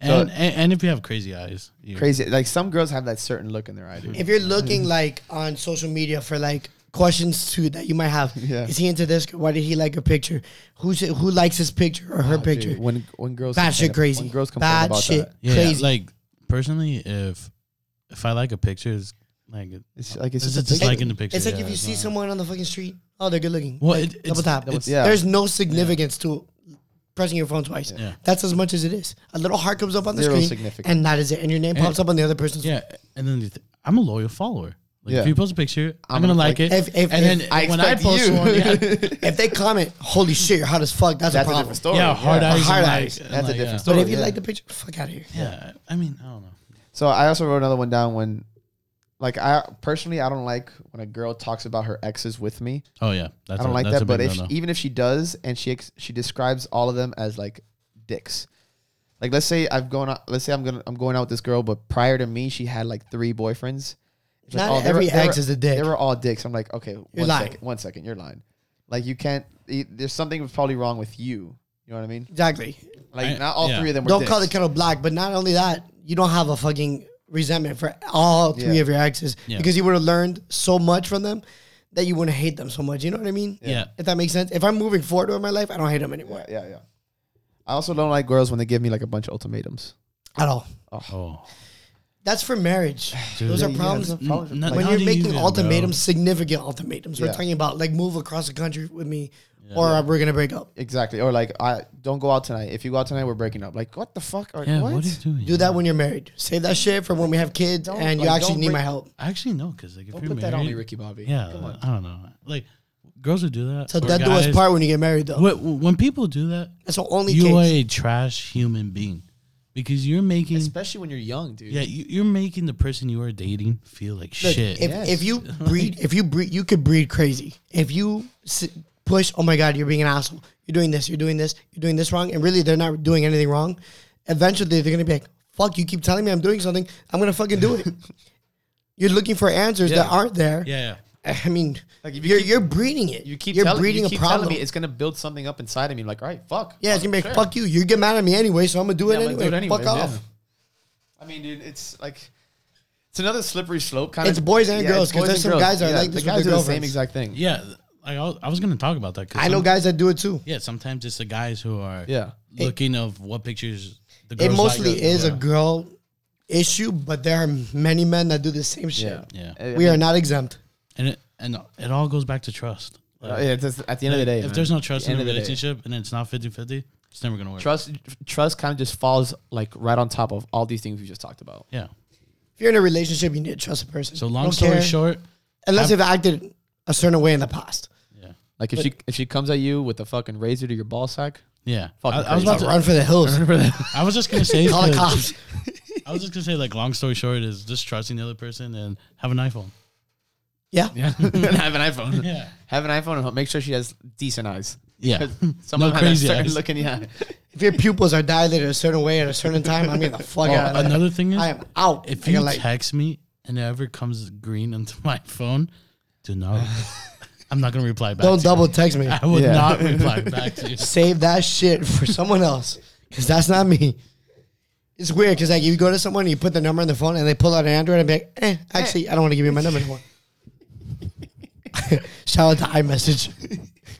Speaker 3: And,
Speaker 2: So-
Speaker 3: and and if you have crazy eyes, you-
Speaker 2: crazy. Like some girls have that certain look in their eye. dude.
Speaker 1: If you're looking like on social media for like questions too that you might have,
Speaker 2: Yeah.
Speaker 1: is he into this? Why did he like a picture? Who's who likes his picture or her
Speaker 2: Oh, Dude,
Speaker 1: picture?
Speaker 2: when when girls
Speaker 1: Bad
Speaker 2: complain
Speaker 1: shit
Speaker 2: ab-
Speaker 1: crazy.
Speaker 2: When girls complain
Speaker 1: Bad
Speaker 2: about
Speaker 1: shit.
Speaker 2: that,
Speaker 3: yeah,
Speaker 1: Crazy.
Speaker 3: Like personally, if if I like a picture, it's like
Speaker 2: it's like it's
Speaker 3: It's
Speaker 2: just, a
Speaker 3: just
Speaker 2: picture.
Speaker 3: like in the picture.
Speaker 1: It's like
Speaker 3: yeah,
Speaker 1: if you see
Speaker 3: not-
Speaker 1: someone on the fucking street, oh, they're good looking.
Speaker 3: Well,
Speaker 1: Like,
Speaker 3: it- it's-
Speaker 1: double tap.
Speaker 3: it's-
Speaker 2: Yeah.
Speaker 1: There's no significance to pressing your phone twice.
Speaker 3: Yeah.
Speaker 1: That's as much as it is. A little heart comes up on the
Speaker 2: Zero
Speaker 1: screen,
Speaker 2: significance.
Speaker 1: and that is it. And your name
Speaker 3: And-
Speaker 1: pops up on the other person's.
Speaker 3: yeah, and then you th- I'm a loyal follower. Like
Speaker 2: Yeah.
Speaker 3: if you post a picture, I'm,
Speaker 2: I'm
Speaker 3: gonna
Speaker 2: gonna
Speaker 3: like it,
Speaker 1: If- if-
Speaker 3: and
Speaker 1: if
Speaker 3: then
Speaker 2: <laughs> I
Speaker 3: when I
Speaker 2: expect
Speaker 3: post
Speaker 2: you. <laughs>
Speaker 3: one, yeah,
Speaker 1: If they comment, holy shit, you're hot as fuck. That's,
Speaker 2: That's
Speaker 1: a
Speaker 2: a
Speaker 1: problem.
Speaker 2: different story.
Speaker 3: yeah, hard eyes, and
Speaker 1: Hard
Speaker 3: like-
Speaker 1: eyes.
Speaker 3: and
Speaker 2: That's a
Speaker 3: like,
Speaker 2: different
Speaker 3: yeah.
Speaker 2: story.
Speaker 1: But if you
Speaker 2: yeah.
Speaker 1: like the picture, fuck out of here.
Speaker 3: Yeah, I mean, I don't know.
Speaker 2: So I also wrote another one down when, like I personally I don't like when a girl talks about her exes with me.
Speaker 3: Oh yeah, that's
Speaker 2: I don't
Speaker 3: a,
Speaker 2: like
Speaker 3: that's
Speaker 2: that.
Speaker 3: a
Speaker 2: But
Speaker 3: big
Speaker 2: if
Speaker 3: no-no.
Speaker 2: even if she does and she ex- she describes all of them as like dicks. Like let's say I've gone out. Let's say I'm gonna I'm going out with this girl, but prior to me she had like three boyfriends. It's oh,
Speaker 1: Not
Speaker 2: they were-
Speaker 1: every
Speaker 2: they were-
Speaker 1: ex is a dick.
Speaker 2: They were all dicks. I'm like, okay, one
Speaker 1: lying.
Speaker 2: second, one second, you're lying. Like you can't. e- There's something probably wrong with you. You know what I mean?
Speaker 1: Exactly.
Speaker 2: Like
Speaker 3: I-
Speaker 2: not all
Speaker 3: yeah.
Speaker 2: three of them. Were
Speaker 1: don't call the
Speaker 2: dicks.
Speaker 1: kettle black, but not only that, you don't have a fucking resentment for all three
Speaker 2: Yeah.
Speaker 1: of your exes
Speaker 3: Yeah.
Speaker 1: because you would have learned so much from them that you wouldn't hate them so much. You know what I mean?
Speaker 3: Yeah.
Speaker 1: If that makes sense. If I'm moving forward with my life, I don't hate them anymore
Speaker 2: Yeah, yeah, yeah. I also don't like girls when they give me like a bunch of ultimatums.
Speaker 1: at all.
Speaker 3: Oh,
Speaker 1: That's for marriage. Those are
Speaker 2: Yeah,
Speaker 1: problems. Mm.
Speaker 2: yeah, problems
Speaker 3: N-
Speaker 2: with-
Speaker 3: n-
Speaker 1: when
Speaker 3: How
Speaker 1: you're
Speaker 3: do you
Speaker 1: making
Speaker 3: even know?
Speaker 1: ultimatums, significant ultimatums, we're
Speaker 2: Yeah.
Speaker 1: talking about like move across the country with me, or we're gonna break up.
Speaker 2: exactly. Or like, I don't go out tonight. If you go out tonight, we're breaking up. Like, what the fuck? Or,
Speaker 3: yeah.
Speaker 2: what?
Speaker 3: What, are you doing?
Speaker 1: Do that when you're married. Save that shit for when we have kids
Speaker 2: Don't-
Speaker 1: and you
Speaker 2: like,
Speaker 1: actually
Speaker 2: don't
Speaker 1: need
Speaker 2: bring-
Speaker 1: my help.
Speaker 3: Actually, no, because like if
Speaker 2: Don't
Speaker 3: you're
Speaker 2: put
Speaker 3: married,
Speaker 2: that on me, Ricky Bobby.
Speaker 3: yeah,
Speaker 2: Come on.
Speaker 3: I don't know. Like girls would do that.
Speaker 1: So
Speaker 3: or
Speaker 1: that do us
Speaker 3: guys.
Speaker 1: part when you get married, though.
Speaker 3: When, when people do that,
Speaker 1: That's the only
Speaker 3: you
Speaker 1: case.
Speaker 3: are a trash human being. because you're making
Speaker 2: especially when you're young, dude.
Speaker 3: yeah you, you're making the person you are dating feel like
Speaker 1: Look,
Speaker 3: shit.
Speaker 1: If,
Speaker 2: Yes.
Speaker 3: <laughs>
Speaker 1: if you breed, if you breed, you could breed crazy. If you s push, oh my god, you're being an asshole. You're doing this. You're doing this. You're doing this wrong. And really, they're not doing anything wrong. Eventually, they're gonna be like, "Fuck, you keep telling me I'm doing something. I'm gonna fucking do
Speaker 3: <laughs>
Speaker 1: it." you're looking for answers that
Speaker 3: Yeah.
Speaker 1: aren't there.
Speaker 3: yeah,
Speaker 1: I mean,
Speaker 2: Like, if you
Speaker 1: you are
Speaker 2: keep-
Speaker 1: you're breeding it.
Speaker 2: You keep
Speaker 1: you're
Speaker 2: telling,
Speaker 1: breeding
Speaker 2: you keep
Speaker 1: a problem.
Speaker 2: telling me it's gonna build something up inside of me. Like, all right, fuck.
Speaker 1: yeah, it's gonna be like,
Speaker 2: Sure.
Speaker 1: "Fuck you." You get mad at me anyway, so I'm gonna do
Speaker 2: Yeah,
Speaker 1: it,
Speaker 2: I'm gonna
Speaker 1: anyway.
Speaker 2: do it
Speaker 1: Fuck
Speaker 2: anyways,
Speaker 1: off.
Speaker 2: yeah. I mean, dude, it's like it's another slippery slope. Kind
Speaker 1: It's
Speaker 2: of
Speaker 1: boys and
Speaker 2: Yeah,
Speaker 1: girls,
Speaker 2: it's
Speaker 1: 'cause
Speaker 2: boys
Speaker 1: there's
Speaker 2: and
Speaker 1: some guys that are like
Speaker 2: the
Speaker 1: this with
Speaker 2: guys
Speaker 1: their
Speaker 2: do the same
Speaker 1: girlfriends.
Speaker 2: exact thing.
Speaker 3: yeah. Like I was, I was gonna talk about that. 'cause
Speaker 1: I know
Speaker 3: some-
Speaker 1: guys that do it too.
Speaker 3: Yeah, sometimes it's the guys who are
Speaker 2: Yeah.
Speaker 3: looking of what pictures. The
Speaker 1: it
Speaker 3: girls
Speaker 1: mostly
Speaker 3: like.
Speaker 1: is
Speaker 2: yeah.
Speaker 1: a girl issue, but there are many men that do the same shit.
Speaker 2: Yeah.
Speaker 3: Yeah,
Speaker 1: We are not exempt.
Speaker 3: and it and it all goes back to trust.
Speaker 2: Uh, yeah, it's- at the end of the day,
Speaker 3: if
Speaker 2: man.
Speaker 3: there's no trust
Speaker 2: End
Speaker 3: in a
Speaker 2: of the day.
Speaker 3: relationship and it's not 50-50, it's never gonna work.
Speaker 2: trust, trust kind of just falls like right on top of all these things we just talked about.
Speaker 3: Yeah.
Speaker 1: If you're in a relationship, you need to trust a person.
Speaker 3: So long
Speaker 1: Don't
Speaker 3: story
Speaker 1: care,
Speaker 3: short,
Speaker 1: unless they've acted a certain way in the past,
Speaker 3: yeah,
Speaker 2: Like if she if she comes at you with a fucking razor to your ball sack,
Speaker 3: yeah.
Speaker 2: Fucking
Speaker 3: I, I
Speaker 2: crazy.
Speaker 3: was about
Speaker 1: But
Speaker 3: to.
Speaker 1: run for the
Speaker 3: <laughs>
Speaker 1: hills.
Speaker 3: I was just
Speaker 2: <laughs>
Speaker 3: gonna say.
Speaker 1: Call the
Speaker 3: like,
Speaker 1: cops.
Speaker 3: I was just gonna say like long story short is just trusting the other person and have an iPhone. <laughs>
Speaker 1: Yeah.
Speaker 2: yeah, <laughs> have an iPhone,
Speaker 3: Yeah.
Speaker 2: have an iPhone, and make sure she has decent eyes.
Speaker 3: Yeah.
Speaker 2: 'Cause Some of them
Speaker 3: crazy
Speaker 2: are
Speaker 3: eyes.
Speaker 2: looking, yeah.
Speaker 1: If your pupils are dilated a certain way at a certain time, I'm getting the fuck
Speaker 3: Oh,
Speaker 1: out of there.
Speaker 3: another thing is
Speaker 1: I am out.
Speaker 3: if
Speaker 1: I
Speaker 3: you
Speaker 1: got like,
Speaker 3: text me and it ever comes green into <laughs> my phone, do not. I'm not gonna reply back. <laughs>
Speaker 1: don't
Speaker 3: to you.
Speaker 1: double text me.
Speaker 3: I would
Speaker 2: Yeah.
Speaker 3: not reply back to you.
Speaker 1: Save that shit for someone else, because that's not me. It's weird because like you go to someone, you put the number on the phone, and they pull out an Android and be like, "Eh, actually, I don't want to give you my number anymore." <laughs> Shout out to iMessage.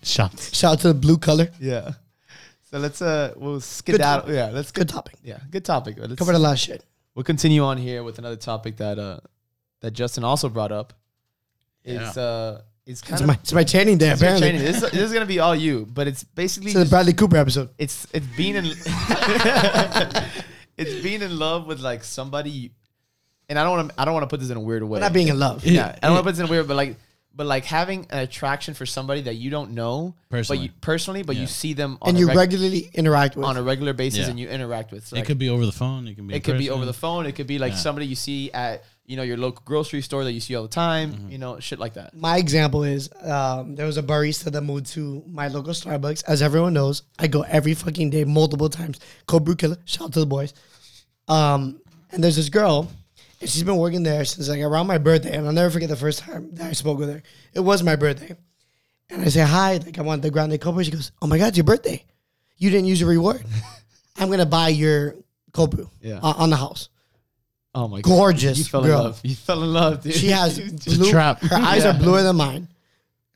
Speaker 3: Shots.
Speaker 1: Shout out to the blue color.
Speaker 2: Yeah. So let's uh we'll skedaddle. yeah, let's
Speaker 1: Good topic.
Speaker 2: Yeah, good topic. Let's,
Speaker 1: Covered a lot of shit.
Speaker 2: we'll continue on here with another topic that uh that Justin also brought up. It's uh it's kind
Speaker 1: It's
Speaker 2: of
Speaker 1: my, it's my training day,
Speaker 2: it's your
Speaker 1: apparently.
Speaker 2: training. This, is- this is gonna be all you, but it's basically
Speaker 1: It's the
Speaker 2: just-
Speaker 1: Bradley Cooper episode.
Speaker 2: it's it's being in <laughs> it's being in love with like somebody, you- and I don't want to I don't want to put this in a weird way.
Speaker 1: We're not being in love.
Speaker 2: yeah, I don't want to put this in a weird, but like. But like having an attraction for somebody that you don't know
Speaker 3: Personally.
Speaker 2: but you, personally, but
Speaker 3: Yeah.
Speaker 2: you see them on
Speaker 1: And
Speaker 2: a
Speaker 1: you
Speaker 2: reg-
Speaker 1: regularly interact with.
Speaker 2: on a regular basis
Speaker 3: Yeah.
Speaker 2: and you interact with.
Speaker 3: It
Speaker 2: Like,
Speaker 3: could be over the phone. It can be. in
Speaker 2: it could be over
Speaker 3: person.
Speaker 2: the phone. It could be like
Speaker 3: Yeah.
Speaker 2: somebody you see at you know your local grocery store that you see all the time.
Speaker 3: Mm-hmm.
Speaker 2: You know shit like that.
Speaker 1: my example is um, there was a barista that moved to my local Starbucks. As everyone knows, I go every fucking day, multiple times. Cold brew killer. Shout out to the boys. Um, and there's this girl, and she's been working there since like around my birthday. And I'll never forget the first time that I spoke with her. It was my birthday. And I say, hi, like I want the grande copa. She goes, oh my God, it's your birthday. You didn't use your
Speaker 2: <laughs>
Speaker 1: reward. I'm going to buy your cold brew
Speaker 2: Yeah.
Speaker 1: on, on the house.
Speaker 2: Oh my god,
Speaker 1: Gorgeous
Speaker 2: you fell
Speaker 1: girl.
Speaker 2: in love. You fell in love, dude.
Speaker 1: She
Speaker 3: <laughs>
Speaker 1: has
Speaker 2: You-
Speaker 1: blue,
Speaker 3: trap.
Speaker 1: her eyes
Speaker 2: Yeah.
Speaker 1: are bluer than mine.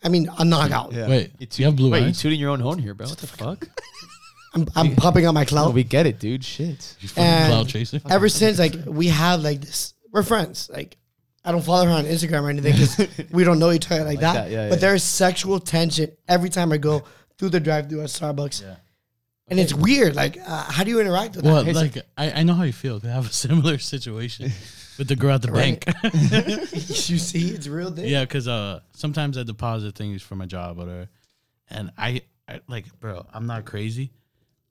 Speaker 1: I mean, a knockout.
Speaker 2: <laughs> Yeah.
Speaker 3: Wait,
Speaker 2: you,
Speaker 3: you have blue
Speaker 2: wait, you
Speaker 3: eyes?
Speaker 2: tooting your own horn here, bro. What the fuck?
Speaker 1: I'm, I'm popping out my
Speaker 2: Oh,
Speaker 1: clout.
Speaker 2: we get it, dude.
Speaker 3: <laughs>
Speaker 2: Shit.
Speaker 3: You fucking
Speaker 1: And-
Speaker 3: cloud chaser.
Speaker 1: Ever since, like, we have like this, we're friends. Like, I don't follow her on Instagram or anything
Speaker 3: <laughs>
Speaker 1: because we don't know each other like, that.
Speaker 2: that, yeah,
Speaker 1: but
Speaker 2: yeah.
Speaker 1: there's sexual tension every time I go through the drive-through at Starbucks,
Speaker 3: Yeah.
Speaker 1: and it's weird. Like, uh, how do you interact with
Speaker 3: Well,
Speaker 1: that?
Speaker 3: like I, I know how you feel. 'cause I have a <laughs> similar situation with the girl at the
Speaker 1: Right.
Speaker 3: bank.
Speaker 1: you see, it's real. Thing.
Speaker 3: yeah, because uh, sometimes I deposit things for my job or whatever, and I, I like, bro, I'm not crazy.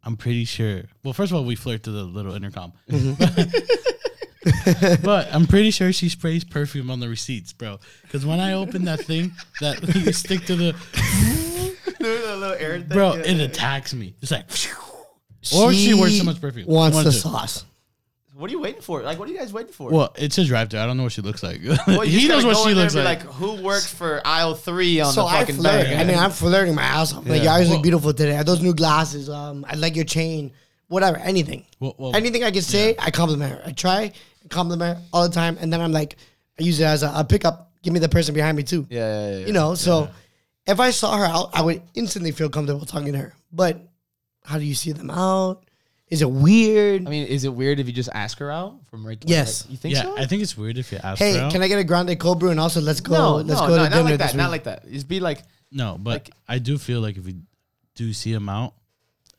Speaker 3: I'm pretty sure. Well, first of all, we flirt to the little intercom,
Speaker 1: Mm-hmm.
Speaker 3: <laughs> but I'm pretty sure she sprays perfume on the receipts, bro. Because when I open that thing, that <laughs> you stick to the bro, it attacks me. It's like, or she wears so much perfume.
Speaker 1: Wants
Speaker 3: Wants
Speaker 1: the
Speaker 3: it.
Speaker 1: sauce.
Speaker 2: What are you waiting for? Like, what are you guys waiting for?
Speaker 3: well, it's his drive-through. I don't know what she looks like.
Speaker 2: Well, you
Speaker 3: <laughs>
Speaker 2: just
Speaker 3: he knows
Speaker 2: gotta
Speaker 3: what
Speaker 2: go
Speaker 3: she
Speaker 2: in there
Speaker 3: looks
Speaker 2: and be
Speaker 3: like.
Speaker 2: Who works for aisle three on
Speaker 1: So
Speaker 2: the
Speaker 1: I
Speaker 2: fucking
Speaker 1: flirt.
Speaker 2: back?
Speaker 1: I mean, I'm flirting my ass off. Like,
Speaker 2: Yeah.
Speaker 1: your eyes
Speaker 3: Well-
Speaker 1: look beautiful today. Are those new glasses? Um, I like your chain. Whatever, anything.
Speaker 3: Well- well,
Speaker 1: anything I can say, I compliment her. I try and compliment her all the time, and then I'm like, I use it as a, a pickup. Give me the person behind me too.
Speaker 2: yeah, yeah, yeah.
Speaker 1: You know, so if I saw her out, I would instantly feel comfortable talking to her. But how do you see them out? Is it weird?
Speaker 2: I mean, is it weird if you just ask her out from right?
Speaker 1: Yes.
Speaker 2: like, you think
Speaker 3: yeah,
Speaker 2: so?
Speaker 3: I think it's weird if you ask.
Speaker 1: hey,
Speaker 3: her out.
Speaker 1: can I get a grande cold brew and also let's go?
Speaker 3: "Oh,
Speaker 2: no,
Speaker 1: let's
Speaker 2: no,
Speaker 1: go
Speaker 2: no,
Speaker 1: to
Speaker 2: not
Speaker 1: dinner
Speaker 2: like
Speaker 1: this
Speaker 2: that.
Speaker 1: week.
Speaker 2: Not like that. Just be like,
Speaker 3: No, but
Speaker 2: Like-
Speaker 3: I do feel like if you do see him out,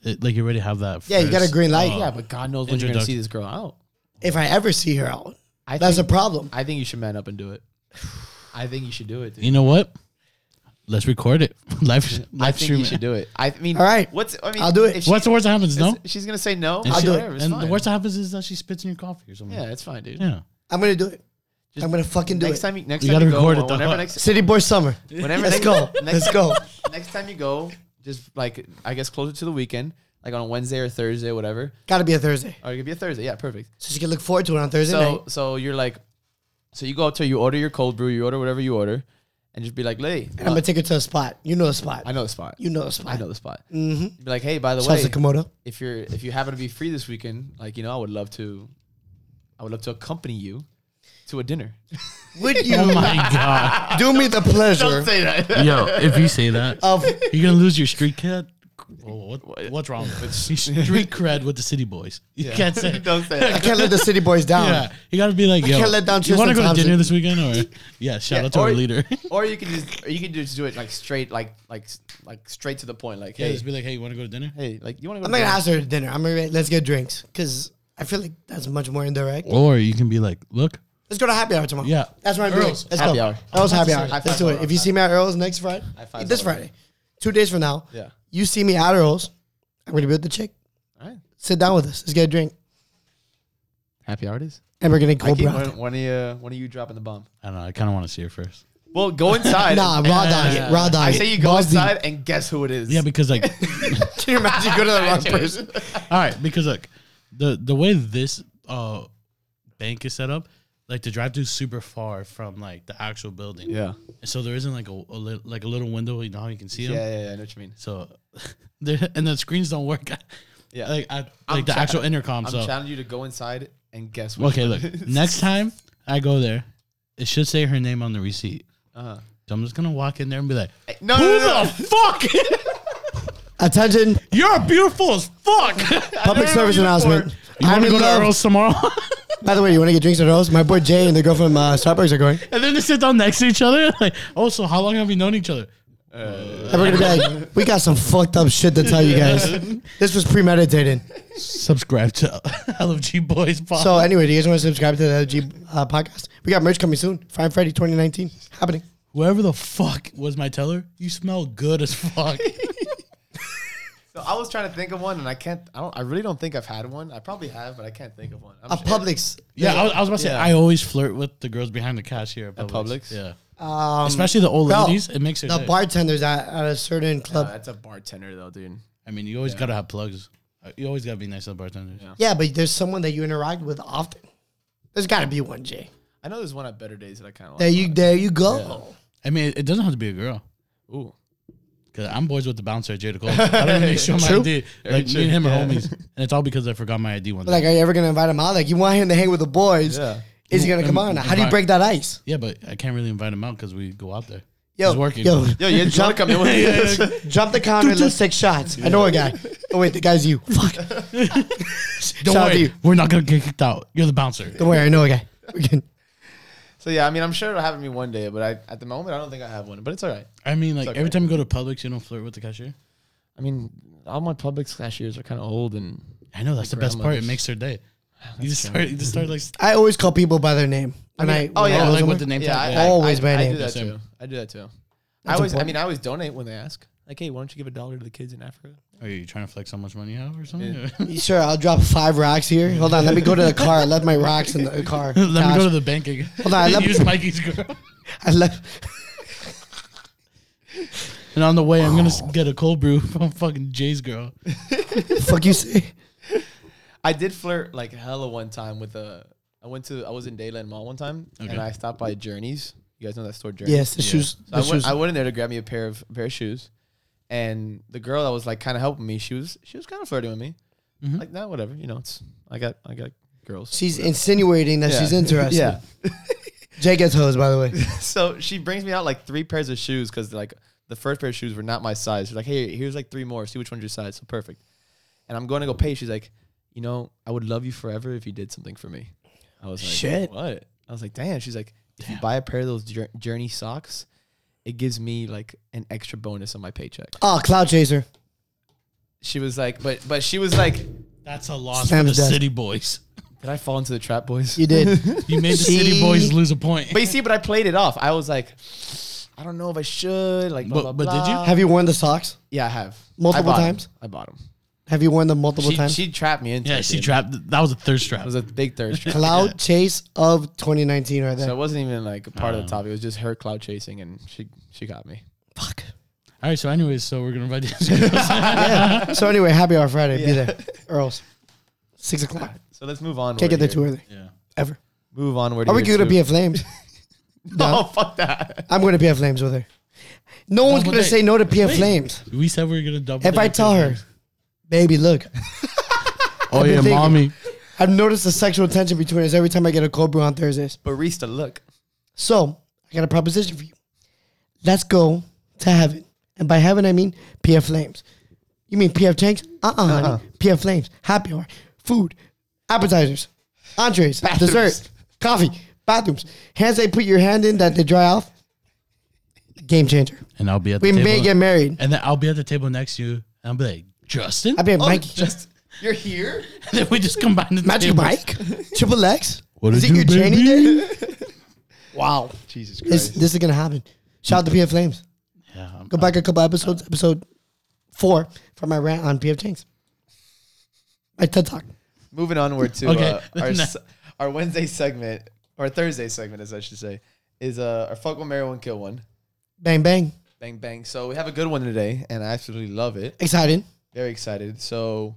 Speaker 3: it, like you already have that.
Speaker 1: Yeah, you got a
Speaker 3: first-
Speaker 1: green light.
Speaker 3: Oh,
Speaker 2: yeah, but God knows when you're gonna
Speaker 3: Introduction.
Speaker 2: see this girl out.
Speaker 1: if I ever see her out,
Speaker 2: I
Speaker 1: that's a
Speaker 2: think,
Speaker 1: problem.
Speaker 2: <sighs> I think you should man up and do it. I think you should do it. Dude.
Speaker 3: You know what? Let's record it. <laughs> live
Speaker 2: I
Speaker 3: live
Speaker 2: think you
Speaker 3: stream.
Speaker 2: should
Speaker 3: it.
Speaker 2: do it. I mean,
Speaker 1: All right.
Speaker 2: What's I mean?
Speaker 1: I'll do it.
Speaker 2: if she-
Speaker 3: <laughs> What's the worst that happens? No.
Speaker 2: She's gonna say no.
Speaker 3: And
Speaker 1: I'll
Speaker 3: she-
Speaker 1: do it.
Speaker 2: Whatever, it's
Speaker 3: And the
Speaker 2: fine.
Speaker 3: worst that happens is that she spits in your coffee or something.
Speaker 2: Yeah, it's fine, dude.
Speaker 3: Yeah. <laughs>
Speaker 1: I'm gonna do it.
Speaker 2: Just-
Speaker 1: I'm gonna fucking do
Speaker 2: next
Speaker 1: it.
Speaker 2: time you next
Speaker 3: You
Speaker 2: time
Speaker 3: gotta
Speaker 2: you go,
Speaker 3: record it,
Speaker 2: or
Speaker 3: though.
Speaker 2: whenever
Speaker 3: <laughs>
Speaker 2: next
Speaker 1: City boy summer.
Speaker 2: <laughs> whenever
Speaker 1: Let's
Speaker 2: next-
Speaker 1: go.
Speaker 2: next-
Speaker 1: Let's
Speaker 2: <laughs>
Speaker 1: go.
Speaker 2: next time you go, just like I guess closer to the weekend, like on a Wednesday or Thursday, whatever,
Speaker 1: Gotta be a Thursday,
Speaker 2: or it could be a Thursday. Yeah, perfect.
Speaker 1: so she can look forward to it on Thursday night.
Speaker 2: So so you're like, so you go out there, you order your cold brew, you order whatever you order, and just be like, hey,
Speaker 1: And I'm gonna take her to a spot. You know a spot.
Speaker 2: uh, I know the spot.
Speaker 1: You know a spot.
Speaker 2: I know the spot. Mm-hmm. Be like, hey, by the
Speaker 1: Shouts
Speaker 2: way,
Speaker 1: to Komodo.
Speaker 2: if you're if you happen to be free this weekend, like you know, I would love to, I would love to accompany you to a dinner.
Speaker 1: <laughs> Would you
Speaker 3: Oh my god.
Speaker 1: do me the pleasure
Speaker 2: say <laughs> that.
Speaker 3: Yo, if Uh, you say <laughs> that,
Speaker 1: of
Speaker 3: you're gonna lose your street cred. Well, Oh, what, what's wrong <laughs> with street cred with the city boys? You can't <laughs> say.
Speaker 2: Don't say that.
Speaker 1: I can't let the city boys down.
Speaker 3: Yeah, you gotta be like, yo,
Speaker 1: can't let down
Speaker 3: you want to
Speaker 1: Tristan
Speaker 3: go to dinner
Speaker 1: Thompson.
Speaker 3: this
Speaker 1: <laughs>
Speaker 3: weekend, or yeah, shout
Speaker 2: Yeah,
Speaker 3: out to
Speaker 2: or-
Speaker 3: our leader.
Speaker 2: <laughs>
Speaker 3: <laughs>
Speaker 2: or you can just or you can just do it like straight, like like like straight to the point. Like,
Speaker 3: Yeah,
Speaker 2: hey,
Speaker 3: just be like, hey, you want to go to dinner?
Speaker 2: hey, like you want to
Speaker 1: I'm
Speaker 2: go?
Speaker 1: not gonna
Speaker 2: to dinner?
Speaker 1: ask her to dinner. I'm gonna be like, let's get drinks because I feel like that's much more indirect.
Speaker 3: Or you can be like, look,
Speaker 1: Let's go to happy hour tomorrow.
Speaker 3: Yeah.
Speaker 1: that's what I'm doing.
Speaker 3: Earl's.
Speaker 1: Let's
Speaker 2: Happy
Speaker 1: go.
Speaker 2: hour.
Speaker 1: Earl's happy
Speaker 2: High
Speaker 1: hour.
Speaker 2: five
Speaker 1: Let's do it.
Speaker 2: Earl.
Speaker 1: If you see me at Earl's next Friday,
Speaker 2: five
Speaker 1: this
Speaker 2: Earl.
Speaker 1: Friday, two days from now,
Speaker 2: Yeah.
Speaker 1: you see me at Earl's, I'm gonna be with the chick.
Speaker 2: All right.
Speaker 1: Sit down with us. Let's get a drink,
Speaker 2: Happy hour it is.
Speaker 1: and we're gonna
Speaker 2: I
Speaker 1: go
Speaker 2: keep
Speaker 1: brown.
Speaker 2: one, one of you, uh, one of you dropping the bomb.
Speaker 3: I don't know, I kind of want to see her first.
Speaker 2: Well, go
Speaker 1: <laughs>
Speaker 2: inside.
Speaker 1: Nah, raw diet. Raw diet.
Speaker 2: I say you go
Speaker 1: Balls deep.
Speaker 2: inside and guess who it is.
Speaker 3: Yeah, because <laughs> like,
Speaker 1: Can you imagine going to the wrong person?
Speaker 3: all right, because look, the the way this uh bank is set up, like the drive thru's super far from like the actual building.
Speaker 2: yeah,
Speaker 3: So there isn't like a, a li- like a little window, you know how you can see
Speaker 2: yeah,
Speaker 3: them.
Speaker 2: yeah, yeah. I know what you mean.
Speaker 3: So, <laughs> there- and the screens don't work. <laughs>
Speaker 2: Yeah.
Speaker 3: like I, like
Speaker 2: I'm
Speaker 3: the
Speaker 2: cha-
Speaker 3: actual intercom.
Speaker 2: I'm
Speaker 3: so
Speaker 2: challenging you to go inside and guess. Which
Speaker 3: okay, look,
Speaker 2: <laughs>
Speaker 3: next time I go there, it should say her name on the receipt.
Speaker 2: Uh-huh.
Speaker 3: So I'm just gonna walk in there and be like,
Speaker 2: No,
Speaker 3: "Who
Speaker 2: no, no,
Speaker 3: the fuck?
Speaker 1: Attention,
Speaker 3: You're beautiful as fuck."
Speaker 2: <laughs>
Speaker 3: <laughs>
Speaker 1: public service announcement.
Speaker 3: You want
Speaker 1: I'm
Speaker 3: to
Speaker 1: in
Speaker 3: go to
Speaker 1: love.
Speaker 3: Earl's tomorrow?
Speaker 1: By the way, you want to get drinks at Earl's? My boy Jay and the girl from uh, Starbucks are going.
Speaker 3: and then they sit down next to each other. <laughs> Like, oh, so how long have we known each other?
Speaker 1: And we're gonna be like, we got some fucked up shit to tell you guys. This was premeditated.
Speaker 3: Subscribe to <laughs> LFG Boys Pod.
Speaker 1: So anyway, do you guys want to subscribe to the LG uh, podcast? We got merch coming soon. Fine Friday 2019 happening.
Speaker 3: Whoever the fuck was my teller, you smell good as fuck.
Speaker 2: So I was trying to think of one, and I can't. I don't. I really don't think I've had one. I probably have, but I can't think of one. I'm
Speaker 1: A
Speaker 2: sure-
Speaker 1: Uh, Publix.
Speaker 3: yeah, I was, I was about to say
Speaker 2: Yeah.
Speaker 3: I always flirt with the girls behind the cashier at Publix.
Speaker 2: Publix?
Speaker 3: Yeah,
Speaker 1: Um,
Speaker 3: especially the old
Speaker 1: bro,
Speaker 3: ladies. It makes it.
Speaker 1: the bartenders at, at a certain
Speaker 2: No,
Speaker 1: club.
Speaker 2: Uh, that's a bartender though, dude.
Speaker 3: I mean, you always gotta have plugs. Uh, You always gotta be nice to the bartenders.
Speaker 2: Yeah.
Speaker 1: Yeah, but there's someone that you interact with often. There's got to be one, Jay.
Speaker 2: I know there's one at Better Days that I kind of
Speaker 1: There
Speaker 2: like.
Speaker 1: you, there you go.
Speaker 3: I mean, it, it doesn't have to be a girl.
Speaker 2: Ooh,
Speaker 3: Cause I'm boys with the bouncer at Jada Cole. I don't even show my
Speaker 1: True.
Speaker 3: ID. Like
Speaker 2: true.
Speaker 3: me and him
Speaker 2: Yeah.
Speaker 3: are homies, and it's all because I forgot my ID one day.
Speaker 1: Like, are you ever gonna invite him out? Like, you want him to hang with the boys?
Speaker 2: Yeah.
Speaker 1: Is he gonna come on? How do you
Speaker 3: Invite-
Speaker 1: break that ice?
Speaker 3: yeah, but I can't really invite him out because we go out there.
Speaker 1: Yo,
Speaker 3: He's working.
Speaker 1: yo,
Speaker 2: yo, you trying to come
Speaker 3: <laughs>
Speaker 2: in with me?
Speaker 1: Drop the counter. Let's take shots. I know a guy. Oh wait, the guy's you.
Speaker 3: <laughs>
Speaker 1: Fuck.
Speaker 3: Don't
Speaker 1: Shout out to
Speaker 3: worry,
Speaker 1: you.
Speaker 3: we're not gonna get kicked out. You're the bouncer.
Speaker 1: Don't worry, I know a guy. We can-
Speaker 2: <laughs> So yeah, I mean, I'm sure it'll happen to me one day, but I, at the moment, I don't think I have one. But it's all right.
Speaker 3: I mean, like
Speaker 2: okay.
Speaker 3: every time you go to Publix, you don't flirt with the cashier.
Speaker 2: I mean, all my public cashiers are kind of old, and
Speaker 3: I know that's the best part.
Speaker 2: grandmothers.
Speaker 3: It makes their day. You just start. You just
Speaker 1: <laughs>
Speaker 3: start like.
Speaker 1: I always call people by their name. When I,
Speaker 2: mean, oh,
Speaker 1: when I
Speaker 2: yeah,
Speaker 1: go
Speaker 3: like
Speaker 1: somewhere.
Speaker 3: with the name
Speaker 2: yeah,
Speaker 3: tag.
Speaker 2: I,
Speaker 3: yeah.
Speaker 2: I-
Speaker 1: Always by
Speaker 2: I, I
Speaker 1: name.
Speaker 2: do that
Speaker 3: Same.
Speaker 2: too. I do that too. I always, I mean, I always donate when they ask. Like, hey, why don't you give a dollar to the kids in Africa?
Speaker 3: Are you trying to flex how much money you have
Speaker 1: <laughs>
Speaker 3: or something? <laughs>
Speaker 1: Sure, I'll drop five racks here. Hold on, let me go to the car. I left my racks in
Speaker 3: <laughs>
Speaker 1: the car.
Speaker 3: Let me
Speaker 1: Cash.
Speaker 3: go to the bank again.
Speaker 1: Hold
Speaker 3: <laughs>
Speaker 1: on, let me-
Speaker 3: Use Mikey's girl.
Speaker 1: I left. <laughs>
Speaker 3: And on the way, I'm gonna s- get a cold brew from fucking Jay's girl.
Speaker 1: fuck you say.
Speaker 2: I did flirt like hella one time with a. I went to I was in Dayland Mall one time,
Speaker 3: Okay.
Speaker 2: and I stopped by Journeys. You guys know that store, Journeys.
Speaker 1: Yes, the shoes.
Speaker 2: So I
Speaker 1: The
Speaker 2: went,
Speaker 1: shoes.
Speaker 2: I went in there to grab me a pair of a pair of shoes, and the girl that was like kind of helping me, she was she was kind of flirting with me, like nah, whatever, you know. It's I got I got girls.
Speaker 1: She's insinuating that
Speaker 2: Yeah.
Speaker 1: she's interested.
Speaker 2: Yeah.
Speaker 1: Jay gets hosed, by the way.
Speaker 2: so she brings me out like three pairs of shoes because like the first pair of shoes were not my size. She's like, hey, here's like three more. See which one's your size. So perfect. And I'm going to go pay. She's like, you know, I would love you forever if you did something for me. I was like,
Speaker 1: Shit.
Speaker 2: What? I was like, damn. She's like, if you buy a pair of those jour- Journey socks, it gives me like an extra bonus on my paycheck.
Speaker 1: Oh, Cloud Chaser.
Speaker 2: She was like, but but she was like, did
Speaker 3: That's a loss
Speaker 1: Sam's
Speaker 3: for the
Speaker 1: dead.
Speaker 3: city boys.
Speaker 2: I fall into the trap, boys?
Speaker 1: You did.
Speaker 3: You made the city
Speaker 1: See?
Speaker 3: boys lose a point.
Speaker 2: But you see, but I played it off. I was like, I don't know if I should. Like, blah,
Speaker 3: But-
Speaker 2: blah,
Speaker 3: but did you?
Speaker 2: blah.
Speaker 1: Have you worn the socks?
Speaker 2: Yeah, I have
Speaker 1: Multiple
Speaker 2: I bought 'em.
Speaker 1: times?
Speaker 2: I bought them.
Speaker 1: Have you worn them multiple
Speaker 2: She,
Speaker 1: times?
Speaker 2: she trapped me into
Speaker 3: Yeah,
Speaker 2: it.
Speaker 3: she
Speaker 2: dude.
Speaker 3: trapped. That was a thirst trap.
Speaker 2: It was a big thirst trap.
Speaker 1: Cloud chase of 2019 right there.
Speaker 2: So it wasn't even like a part of the topic. It was just her cloud chasing, and she she got me.
Speaker 1: Fuck.
Speaker 3: All right, so anyways, so we're gonna write
Speaker 1: <laughs>
Speaker 3: this.
Speaker 1: Yeah. so anyway, happy hour Friday. Be there, Earls. Six o'clock.
Speaker 2: So let's move on.
Speaker 1: Can't get there too
Speaker 2: tour.
Speaker 1: early.
Speaker 3: yeah.
Speaker 1: Ever.
Speaker 2: Move on. Where
Speaker 1: Are we gonna be at Flames?
Speaker 2: <laughs> No, fuck that.
Speaker 1: I'm gonna be at Flames with her. No one's
Speaker 3: but
Speaker 1: gonna
Speaker 3: they-
Speaker 1: say no to PF
Speaker 3: wait.
Speaker 1: Flames.
Speaker 3: We said we were gonna double.
Speaker 1: If I
Speaker 3: down
Speaker 1: tell
Speaker 3: to
Speaker 1: her, <laughs>
Speaker 3: things.
Speaker 1: baby, look,
Speaker 3: oh
Speaker 1: been
Speaker 3: yeah,
Speaker 1: thinking-
Speaker 3: mommy.
Speaker 1: I've noticed the sexual tension between us every time I get a cold brew on Thursdays.
Speaker 2: Barista, look.
Speaker 1: So I got a proposition for you. Let's go to heaven, and by heaven I mean PF Flames. You mean PF Tanks? Uh uh
Speaker 3: Uh-huh.
Speaker 1: honey. PF Flames. Happy hour, food, appetizers, entrees, dessert, coffee, bathrooms, hands they put your hand in that they dry off. Game changer.
Speaker 3: And I'll be at the
Speaker 1: We
Speaker 3: table.
Speaker 1: may get married.
Speaker 3: and then I'll be at the table next to you, and I'll be like, Justin.
Speaker 1: I
Speaker 3: <laughs>
Speaker 1: bet
Speaker 2: <laughs>
Speaker 1: Mike,
Speaker 3: just
Speaker 2: Oh, You're here.
Speaker 3: and then we just combine the
Speaker 1: Magic
Speaker 3: tables. <laughs>
Speaker 1: Mike, Triple X.
Speaker 3: What
Speaker 1: Is it
Speaker 3: it do,
Speaker 1: your training
Speaker 3: baby?
Speaker 1: day? Wow.
Speaker 2: Jesus
Speaker 1: This,
Speaker 2: Christ.
Speaker 1: this is gonna happen. Shout out to PF Flames.
Speaker 3: Yeah, I'm-
Speaker 1: <laughs> Go back a couple episodes, episode four, for my rant on PF Tanks. My TED Talk.
Speaker 2: Moving onward to
Speaker 3: Okay.
Speaker 2: uh,
Speaker 3: <laughs>
Speaker 2: our, s- our Wednesday segment or Thursday segment, as I should say, is uh, our fuck one, marry one, kill one.
Speaker 1: Bang bang.
Speaker 2: Bang bang. So we have a good one today, and I absolutely love it.
Speaker 1: Exciting.
Speaker 2: Very excited. So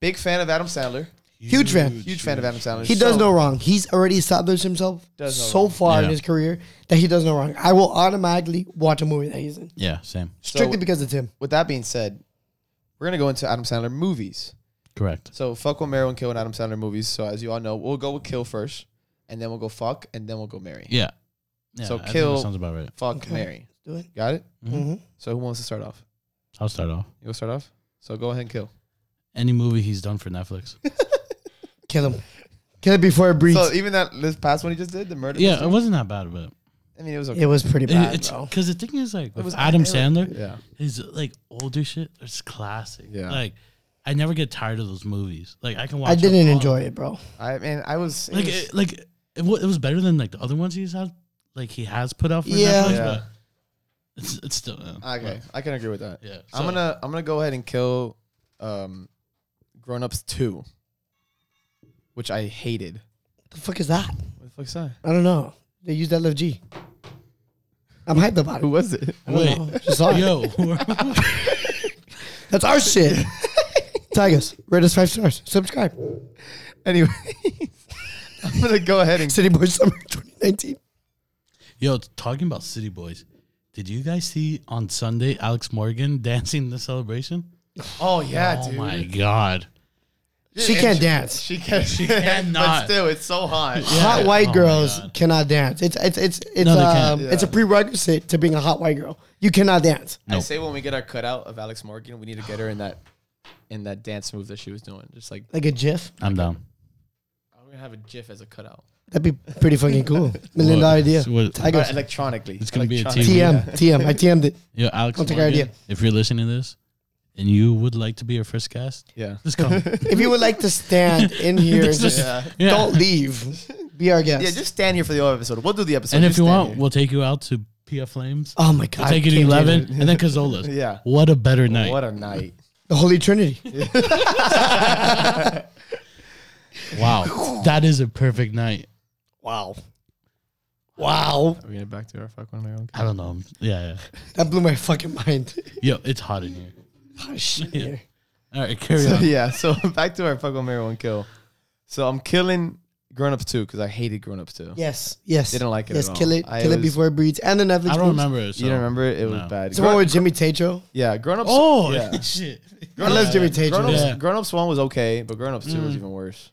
Speaker 2: big fan of Adam Sandler.
Speaker 1: Huge fan.
Speaker 2: Huge, fan of Adam Sandler.
Speaker 1: He does
Speaker 2: So-
Speaker 1: no wrong. He's already established himself
Speaker 2: Does no
Speaker 1: so
Speaker 2: wrong.
Speaker 1: far in
Speaker 3: Yeah.
Speaker 1: his career that he does no wrong. I will automatically watch a movie that he's in.
Speaker 3: Yeah, same.
Speaker 1: Strictly
Speaker 2: So-
Speaker 1: because it's him.
Speaker 2: With that being said, we're gonna go into Adam Sandler movies.
Speaker 3: Correct.
Speaker 2: So fuck one, marry one, kill, and Adam Sandler movies. So as you all know, we'll go with kill first, and then we'll go fuck, and then we'll go marry.
Speaker 3: Yeah. yeah
Speaker 2: So
Speaker 3: I think that
Speaker 2: kill-
Speaker 3: sounds about right.
Speaker 2: Fuck,
Speaker 1: Okay.
Speaker 2: marry.
Speaker 1: Do it.
Speaker 2: Got it.
Speaker 1: hmm
Speaker 2: So who wants to start off?
Speaker 3: I'll start off.
Speaker 2: You want to start off? So go ahead and kill.
Speaker 3: Any movie he's done for Netflix.
Speaker 1: Kill him. Kill it before it breathes.
Speaker 2: So even that this past one he just did, the murder.
Speaker 3: <laughs> yeah, it
Speaker 2: mystery?
Speaker 3: wasn't that bad, but
Speaker 2: I mean it was okay.
Speaker 1: it was pretty bad, bro.
Speaker 3: because the thing is like with
Speaker 2: was-
Speaker 3: Adam
Speaker 2: it was-
Speaker 3: Sandler,
Speaker 2: yeah.
Speaker 3: his like older shit is classic.
Speaker 2: Yeah.
Speaker 3: like I never get tired of those movies. Like I can watch.
Speaker 1: I didn't
Speaker 3: all-
Speaker 1: enjoy it, bro.
Speaker 2: I mean I was. it
Speaker 3: Like
Speaker 2: was-
Speaker 3: it, like it, wa- it was better than like the other ones he's had. Like he has put out for
Speaker 1: Yeah.
Speaker 3: Netflix,
Speaker 2: Yeah.
Speaker 3: but it's it's still uh,
Speaker 2: okay, I can agree with that.
Speaker 3: but, yeah,
Speaker 2: I'm
Speaker 3: So,
Speaker 2: gonna I'm gonna go ahead and kill, um, Grown Ups Two, which I hated.
Speaker 1: the fuck is that?
Speaker 2: What the fuck's that?
Speaker 1: I don't know. They used that G. I'm hyped about
Speaker 2: Who
Speaker 1: it.
Speaker 2: was it?
Speaker 1: I don't
Speaker 3: Wait.
Speaker 1: know. Just saw it.
Speaker 3: <laughs> Yo,
Speaker 1: That's our shit. <laughs> Tag us. Rate us five stars. Subscribe.
Speaker 2: Anyway, <laughs> I'm gonna go ahead and
Speaker 1: City Boy Summer <laughs> 2019.
Speaker 3: yo, talking about City Boys. Did you guys see on Sunday Alex Morgan <laughs> dancing the celebration?
Speaker 2: oh yeah,
Speaker 3: Oh
Speaker 2: dude.
Speaker 3: my god!
Speaker 1: She
Speaker 2: And
Speaker 1: can't dance.
Speaker 2: She can. She <laughs>
Speaker 3: cannot.
Speaker 2: but still, it's so hot.
Speaker 1: Hot white
Speaker 3: Oh my
Speaker 1: girls
Speaker 3: God.
Speaker 1: cannot dance. It's it's it's it's
Speaker 3: No, they
Speaker 1: um,
Speaker 3: can't.
Speaker 1: it's a
Speaker 2: Yeah.
Speaker 1: prerequisite to being a hot white girl. You cannot dance.
Speaker 2: I
Speaker 3: Nope.
Speaker 2: say when we get our cutout of Alex Morgan, we need to get her in that in that dance move that she was doing. Just like
Speaker 1: Like a GIF,
Speaker 3: I'm down.
Speaker 2: we're gonna have a GIF as a cutout,
Speaker 1: that'd be pretty fucking
Speaker 3: <laughs>
Speaker 1: cool. Million
Speaker 3: Look,
Speaker 1: dollar idea.
Speaker 3: so what-
Speaker 1: Tag
Speaker 2: Or
Speaker 1: us.
Speaker 2: Uh, electronically.
Speaker 3: It's gonna be a
Speaker 2: Electronic-
Speaker 3: TV.
Speaker 1: TM TM. I TM'd it.
Speaker 3: Yo, Alex,
Speaker 1: Don't take our
Speaker 3: Morgan,
Speaker 1: idea.
Speaker 3: if you're listening to this and you would like to be our first guest,
Speaker 2: Yeah.
Speaker 3: just come.
Speaker 1: If you would like to stand in here, and
Speaker 3: <laughs> This
Speaker 1: just
Speaker 3: is-
Speaker 2: Yeah.
Speaker 3: yeah.
Speaker 1: don't leave. Be our guest.
Speaker 2: Yeah, just stand here for the whole episode. We'll do the episode.
Speaker 3: and if
Speaker 2: Just
Speaker 3: you
Speaker 2: stand
Speaker 3: want,
Speaker 2: here.
Speaker 3: we'll take you out to Pia Flames.
Speaker 1: oh my god.
Speaker 3: We'll take you to
Speaker 1: can't do
Speaker 3: Eleven,
Speaker 1: that.
Speaker 3: and then Cazola's.
Speaker 1: <laughs>
Speaker 2: Yeah.
Speaker 3: What a better night.
Speaker 2: What a night.
Speaker 1: The Holy Trinity. <laughs>
Speaker 3: wow. that is a perfect night.
Speaker 1: Wow. Wow.
Speaker 2: Are <laughs> we getting back to our fuck one American?
Speaker 3: I don't know. Yeah,
Speaker 1: That blew my fucking mind. <laughs>
Speaker 3: yeah. Yo, it's hot in here.
Speaker 1: Oh, shit.
Speaker 3: Yeah. All right, carry
Speaker 1: <laughs>
Speaker 3: on.
Speaker 2: yeah, <laughs> so back to our fuck one Mary, one kill. So I'm killing Grown Ups 2 because I hated Grown Ups 2.
Speaker 1: Yes, yes.
Speaker 2: Didn't like it
Speaker 1: Yes,
Speaker 2: at all.
Speaker 1: kill it,
Speaker 2: I
Speaker 1: kill it
Speaker 2: was-
Speaker 1: before it breeds, and the Netflix.
Speaker 3: I don't
Speaker 1: movies.
Speaker 3: remember it. So.
Speaker 2: You don't remember it? It was
Speaker 3: No.
Speaker 2: bad.
Speaker 1: It's the one with Jimmy Tatro.
Speaker 2: yeah, Grown Ups.
Speaker 3: Oh,
Speaker 2: yeah.
Speaker 3: <laughs> shit.
Speaker 1: I love Jimmy
Speaker 2: Grown
Speaker 1: Tatro.
Speaker 2: Ups,
Speaker 3: Yeah. Mm.
Speaker 2: Grown Ups 1 was okay, but Grown Ups 2 was even
Speaker 3: <laughs>
Speaker 2: worse.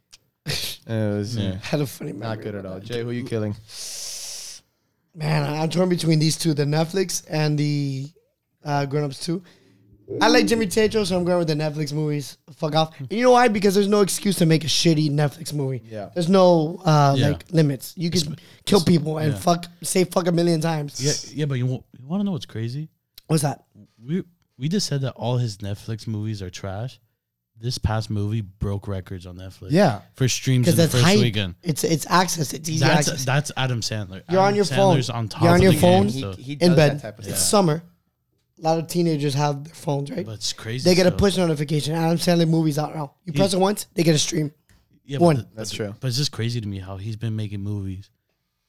Speaker 2: And it was yeah,
Speaker 1: Had a funny memory.
Speaker 2: not good at all. Jay, who you killing?
Speaker 1: Man, I- I'm torn between these two: the Netflix and the uh, Grown Ups Two. I like Jimmy Tatro, so I'm going with the Netflix movies. Fuck off. And you know why? Because there's no excuse to make a shitty Netflix movie.
Speaker 2: Yeah.
Speaker 1: There's no uh,
Speaker 3: Yeah.
Speaker 1: like limits. You can kill people and fuck, say fuck a million times.
Speaker 3: Yeah, yeah, but you want, you want to know what's crazy?
Speaker 1: What's that?
Speaker 3: We we just said that all his Netflix movies are trash, this past movie broke records on Netflix.
Speaker 2: Yeah.
Speaker 3: for streams
Speaker 1: because
Speaker 3: in the
Speaker 1: that's
Speaker 3: first
Speaker 1: hype.
Speaker 3: weekend.
Speaker 1: It's it's access. It's easy
Speaker 3: That's
Speaker 1: access.
Speaker 3: that's Adam Sandler.
Speaker 1: You're
Speaker 3: Adam
Speaker 1: on your
Speaker 3: Sandler's
Speaker 1: phone.
Speaker 3: On top
Speaker 1: You're on
Speaker 3: of
Speaker 1: your
Speaker 3: the
Speaker 1: phone.
Speaker 3: Game,
Speaker 2: He,
Speaker 3: so-
Speaker 2: he does
Speaker 1: in bed.
Speaker 2: that type of
Speaker 1: It's
Speaker 2: stuff.
Speaker 1: summer. A lot of teenagers have their phones, right?
Speaker 3: but it's crazy.
Speaker 1: they get a
Speaker 3: so-
Speaker 1: push notification. Adam Sandler movies out now. You press it once, they get a stream.
Speaker 3: Yeah,
Speaker 1: one.
Speaker 3: but the-
Speaker 2: That's
Speaker 3: but-
Speaker 2: true.
Speaker 3: But it's just crazy to me how he's been making movies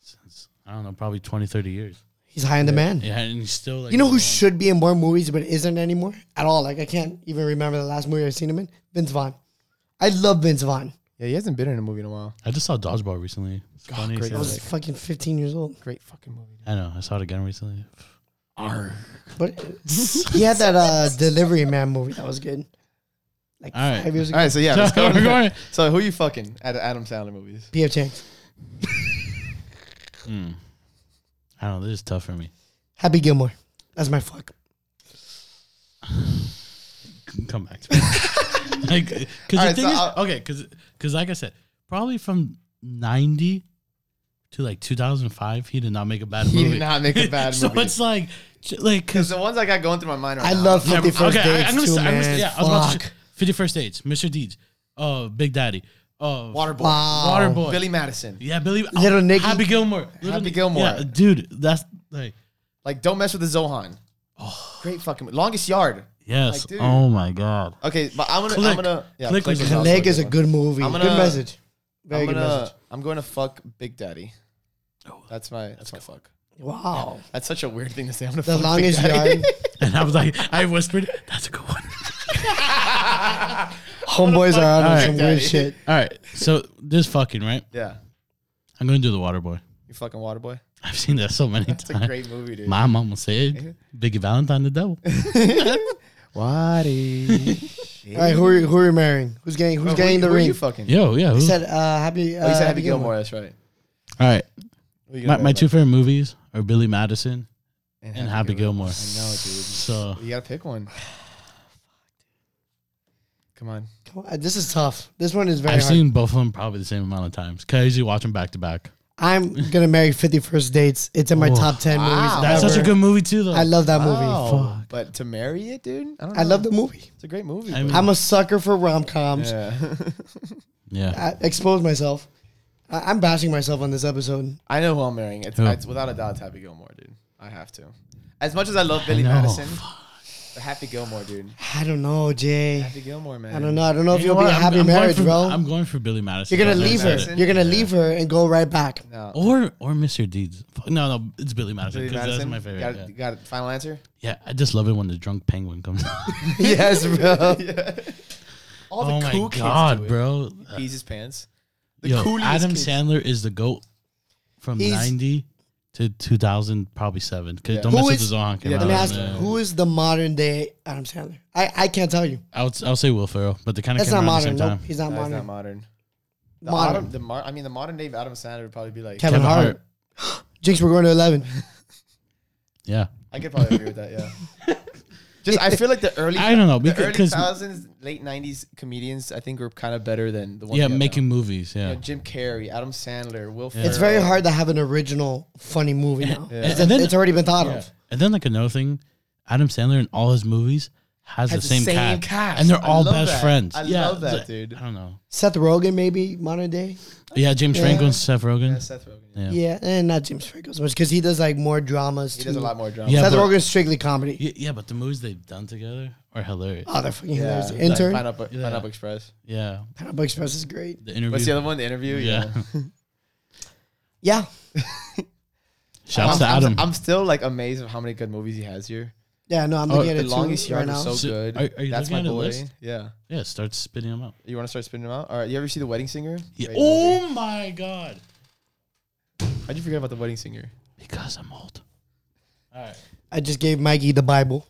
Speaker 3: since I don't know, probably 20, 30 years.
Speaker 1: He's high in demand.
Speaker 3: Yeah, and he's still like
Speaker 1: You know who
Speaker 3: going.
Speaker 1: should be in more movies but isn't anymore at all? Like I can't even remember the last movie I've seen him in. Vince Vaughn. I love Vince Vaughn.
Speaker 2: Yeah, he hasn't been in a movie in a while.
Speaker 3: I just saw Dodgeball recently. It's funny.
Speaker 2: great
Speaker 1: I
Speaker 3: as hell.
Speaker 1: was fucking 15 years old.
Speaker 2: Great fucking movie.
Speaker 3: I know. I saw it again recently.
Speaker 1: But he had that
Speaker 3: <laughs>
Speaker 1: uh, Delivery Man movie that was good. Like
Speaker 3: All right.
Speaker 1: five years ago.
Speaker 2: All right, so yeah,
Speaker 3: <laughs>
Speaker 2: let's go.
Speaker 3: We're going-
Speaker 2: So who you fucking at Adam Sandler movies?
Speaker 1: P.F. Chang's.
Speaker 3: Hmm. I don't know. This is tough for me.
Speaker 1: Happy Gilmore. That's my fuck.
Speaker 3: C- Come back to me. <laughs> like, because the
Speaker 2: All right,
Speaker 3: thing
Speaker 2: so
Speaker 3: is,
Speaker 2: I'll-
Speaker 3: okay, because like I said, probably from 90 to like 2005, he did not make a bad
Speaker 2: He
Speaker 3: movie.
Speaker 2: did not
Speaker 3: <laughs>
Speaker 2: make a bad
Speaker 3: so
Speaker 2: movie.
Speaker 3: it's like, j- like,
Speaker 2: Because
Speaker 3: because
Speaker 2: the ones I got going through my mind right
Speaker 1: I
Speaker 2: now.
Speaker 1: love 50 First
Speaker 3: okay, I,
Speaker 1: Dates
Speaker 3: I'm gonna
Speaker 1: too,
Speaker 3: say, I'm
Speaker 1: man.
Speaker 3: gonna say, yeah, I was about to
Speaker 1: Fuck.
Speaker 3: say, 50 First Dates, Mr. Deeds, uh, Big Daddy, uh,
Speaker 2: Waterboy,
Speaker 1: Wow.
Speaker 3: Waterboy.
Speaker 2: Billy Madison.
Speaker 3: Yeah, Billy. oh,
Speaker 1: Little Nicky.
Speaker 3: Happy Gilmore. Little
Speaker 2: Happy
Speaker 3: Nick-
Speaker 2: Gilmore.
Speaker 3: Yeah, dude, that's like
Speaker 2: Like, don't mess with the Zohan.
Speaker 3: Oh.
Speaker 2: Great fucking movie. longest yard.
Speaker 3: yes.
Speaker 2: Like, dude.
Speaker 3: oh my god. <laughs>
Speaker 2: Okay, but I'm gonna,
Speaker 3: Click.
Speaker 2: I'm gonna, yeah,
Speaker 3: Click was
Speaker 2: also
Speaker 1: Leg is a
Speaker 2: one.
Speaker 1: good movie.
Speaker 2: I'm
Speaker 1: good
Speaker 2: gonna-
Speaker 1: message. Very
Speaker 2: I'm
Speaker 1: good
Speaker 2: gonna,
Speaker 1: message.
Speaker 2: I'm going to fuck Big Daddy. That's my, that's my fuck.
Speaker 1: Wow.
Speaker 2: That's such a weird thing to say. I'm gonna
Speaker 1: The
Speaker 2: fuck
Speaker 1: longest
Speaker 2: Big Daddy.
Speaker 3: <laughs>
Speaker 1: yard.
Speaker 3: And I was like, I whispered, "That's a good one."
Speaker 1: Homeboys are on some weird
Speaker 2: Daddy.
Speaker 1: shit.
Speaker 3: All right, so this fucking right.
Speaker 2: yeah,
Speaker 3: I'm gonna do the Water Boy.
Speaker 2: you fucking Waterboy.
Speaker 3: I've seen that so many
Speaker 2: It's a
Speaker 3: <laughs> times.
Speaker 2: great movie, dude.
Speaker 3: My mom will say it. Biggie Valentine
Speaker 2: <laughs>
Speaker 3: the devil.
Speaker 2: Waddy.
Speaker 1: All right, who are you, who are you marrying? Who's getting who's getting the
Speaker 2: who Are
Speaker 1: ring?
Speaker 2: you fucking?
Speaker 3: Yo, yeah.
Speaker 1: He
Speaker 3: who-
Speaker 1: said uh, Happy. Uh,
Speaker 2: Oh, you said Happy Gilmore. That's right.
Speaker 3: All right.
Speaker 2: Who you
Speaker 3: My,
Speaker 2: gonna
Speaker 3: my
Speaker 2: marry?
Speaker 3: two favorite movies are Billy Madison and Happy Gilmore.
Speaker 2: I know, dude.
Speaker 3: So
Speaker 2: You gotta pick one. Come on.
Speaker 1: Come on, Uh, This is tough. This one is very
Speaker 3: I've
Speaker 1: hard.
Speaker 3: seen both of them probably the same amount of times. Cause I usually watch them back to back.
Speaker 1: I'm gonna marry Fifty First Dates. It's in my
Speaker 3: Oh.
Speaker 1: top ten
Speaker 2: Wow.
Speaker 1: movies.
Speaker 3: That's such a
Speaker 1: ever.
Speaker 3: good movie too, though.
Speaker 1: I love that movie.
Speaker 2: Wow.
Speaker 3: Fuck.
Speaker 2: Oh, But to marry it, dude, I don't know.
Speaker 1: I love the movie.
Speaker 2: It's a great movie.
Speaker 3: I
Speaker 2: but-
Speaker 3: mean-
Speaker 1: I'm a sucker for rom coms.
Speaker 2: yeah. <laughs>
Speaker 3: yeah.
Speaker 1: I expose myself. I, I'm bashing myself on this episode.
Speaker 2: I know who I'm marrying. It's,
Speaker 3: Who?
Speaker 2: it's without a doubt it's Happy Gilmore, dude. I have to. As much as I love Billy
Speaker 3: know.
Speaker 2: Madison, the Happy Gilmore, dude.
Speaker 1: I don't know, Jay.
Speaker 2: Happy Gilmore, man.
Speaker 1: I don't know. I don't know if
Speaker 3: You know
Speaker 1: you'll be a
Speaker 3: what?
Speaker 1: happy
Speaker 3: going
Speaker 1: marriage,
Speaker 3: for-
Speaker 1: bro.
Speaker 3: I'm going for Billy Madison.
Speaker 1: You're gonna
Speaker 3: I've never
Speaker 1: leave her.
Speaker 3: said it.
Speaker 1: You're gonna leave her and go right back.
Speaker 2: No.
Speaker 3: Or or Mr. Deeds. Fuck, No, no, it's Oh, Billy Madison.
Speaker 2: Billy
Speaker 3: 'cause
Speaker 2: Madison.
Speaker 3: That's my favorite.
Speaker 2: Got,
Speaker 3: yeah.
Speaker 2: got a final answer?
Speaker 3: Yeah, I just love it when the drunk penguin comes. out.
Speaker 1: yes,
Speaker 2: <laughs>
Speaker 1: bro.
Speaker 2: All
Speaker 3: oh
Speaker 2: the
Speaker 3: my
Speaker 2: cool kids. do
Speaker 3: god,
Speaker 2: it.
Speaker 3: bro!
Speaker 2: He pees his pants. The
Speaker 3: Yo,
Speaker 2: coolest
Speaker 3: Adam
Speaker 2: kids.
Speaker 3: Sandler is the goat from
Speaker 1: He's-
Speaker 3: ninety to two thousand, probably seven. Cause
Speaker 2: Yeah.
Speaker 3: don't
Speaker 1: Who
Speaker 3: mess with
Speaker 1: is-
Speaker 3: the song. Came
Speaker 2: Yeah,
Speaker 3: out,
Speaker 1: Let me
Speaker 2: don't
Speaker 1: ask,
Speaker 3: and, uh,
Speaker 1: who is the modern day Adam Sandler? I, I can't tell you.
Speaker 3: I would, I'll say Will Ferrell, but they kind of
Speaker 1: That's
Speaker 3: came
Speaker 1: not
Speaker 3: out at the
Speaker 1: modern.
Speaker 3: same
Speaker 1: Nope,
Speaker 3: time.
Speaker 1: he's not
Speaker 2: No, he's
Speaker 1: modern.
Speaker 2: not modern. The
Speaker 1: Modern.
Speaker 2: modern. The mar- I mean, the modern day Adam Sandler would probably be like.
Speaker 1: Kevin,
Speaker 3: Kevin
Speaker 1: Hart.
Speaker 3: Hart.
Speaker 1: Jinx, we're going to eleven.
Speaker 3: Yeah,
Speaker 2: I could probably agree with that. Yeah. Just I feel like the early.
Speaker 3: I don't know,
Speaker 2: The
Speaker 3: because-
Speaker 2: early
Speaker 3: 'cause-
Speaker 2: thousands, late nineties comedians, I think, were kind of better than the one.
Speaker 3: yeah,
Speaker 2: we have
Speaker 3: making
Speaker 2: now.
Speaker 3: movies.
Speaker 2: You
Speaker 3: Yeah,
Speaker 2: know, Jim Carrey, Adam Sandler, Will. Ferrell.
Speaker 1: It's very hard to have an original funny movie now.
Speaker 2: Yeah.
Speaker 1: It's,
Speaker 3: And then-
Speaker 1: it's already been thought
Speaker 3: Yeah.
Speaker 1: of.
Speaker 3: And then like another thing, Adam Sandler in all his movies has,
Speaker 2: Has
Speaker 3: the same, cast. and they're
Speaker 2: I
Speaker 3: all
Speaker 2: love
Speaker 3: best
Speaker 2: that.
Speaker 3: friends.
Speaker 2: I
Speaker 3: Yeah,
Speaker 2: love that,
Speaker 3: it's like-
Speaker 2: dude.
Speaker 3: I don't know.
Speaker 1: Seth Rogen, maybe modern day.
Speaker 3: Yeah, James
Speaker 1: Yeah.
Speaker 3: Franco and Seth Rogen.
Speaker 2: Yeah, Seth Rogen. Yeah.
Speaker 3: Yeah.
Speaker 1: Yeah, and not James Franco so much because he does like more dramas.
Speaker 2: He
Speaker 1: too.
Speaker 2: does a lot more drama.
Speaker 3: Yeah,
Speaker 1: Seth
Speaker 3: but-
Speaker 1: Rogen's strictly comedy.
Speaker 3: Y- yeah, but the movies they've done together are hilarious.
Speaker 1: Oh, they're fucking
Speaker 2: Yeah,
Speaker 1: hilarious.
Speaker 2: like
Speaker 1: Intern,
Speaker 2: Pineapple,
Speaker 3: Yeah.
Speaker 2: Pineapple Express.
Speaker 3: Yeah,
Speaker 1: Pineapple Express is great.
Speaker 3: the interview.
Speaker 2: What's the other one? The interview.
Speaker 3: Yeah.
Speaker 1: Yeah,
Speaker 3: <laughs> Shouts
Speaker 2: I'm,
Speaker 3: to Adam.
Speaker 2: I'm, I'm still like amazed of how many good movies he has here.
Speaker 1: yeah. No, I'm
Speaker 3: Oh,
Speaker 1: looking at
Speaker 2: The
Speaker 1: it
Speaker 2: longest
Speaker 1: too right
Speaker 2: yard
Speaker 1: now.
Speaker 2: is so
Speaker 3: So,
Speaker 2: good.
Speaker 3: are- are you
Speaker 2: That's
Speaker 3: looking
Speaker 2: my
Speaker 3: at a
Speaker 2: boy.
Speaker 3: list?
Speaker 2: Yeah.
Speaker 3: yeah, start spitting them out.
Speaker 2: You want to start spinning them out? All right. You ever see The Wedding Singer?
Speaker 3: Yeah.
Speaker 2: Great movie.
Speaker 3: Oh my god.
Speaker 2: How'd you forget about The Wedding Singer?
Speaker 3: Because I'm old. All right.
Speaker 1: I just gave Mikey the Bible,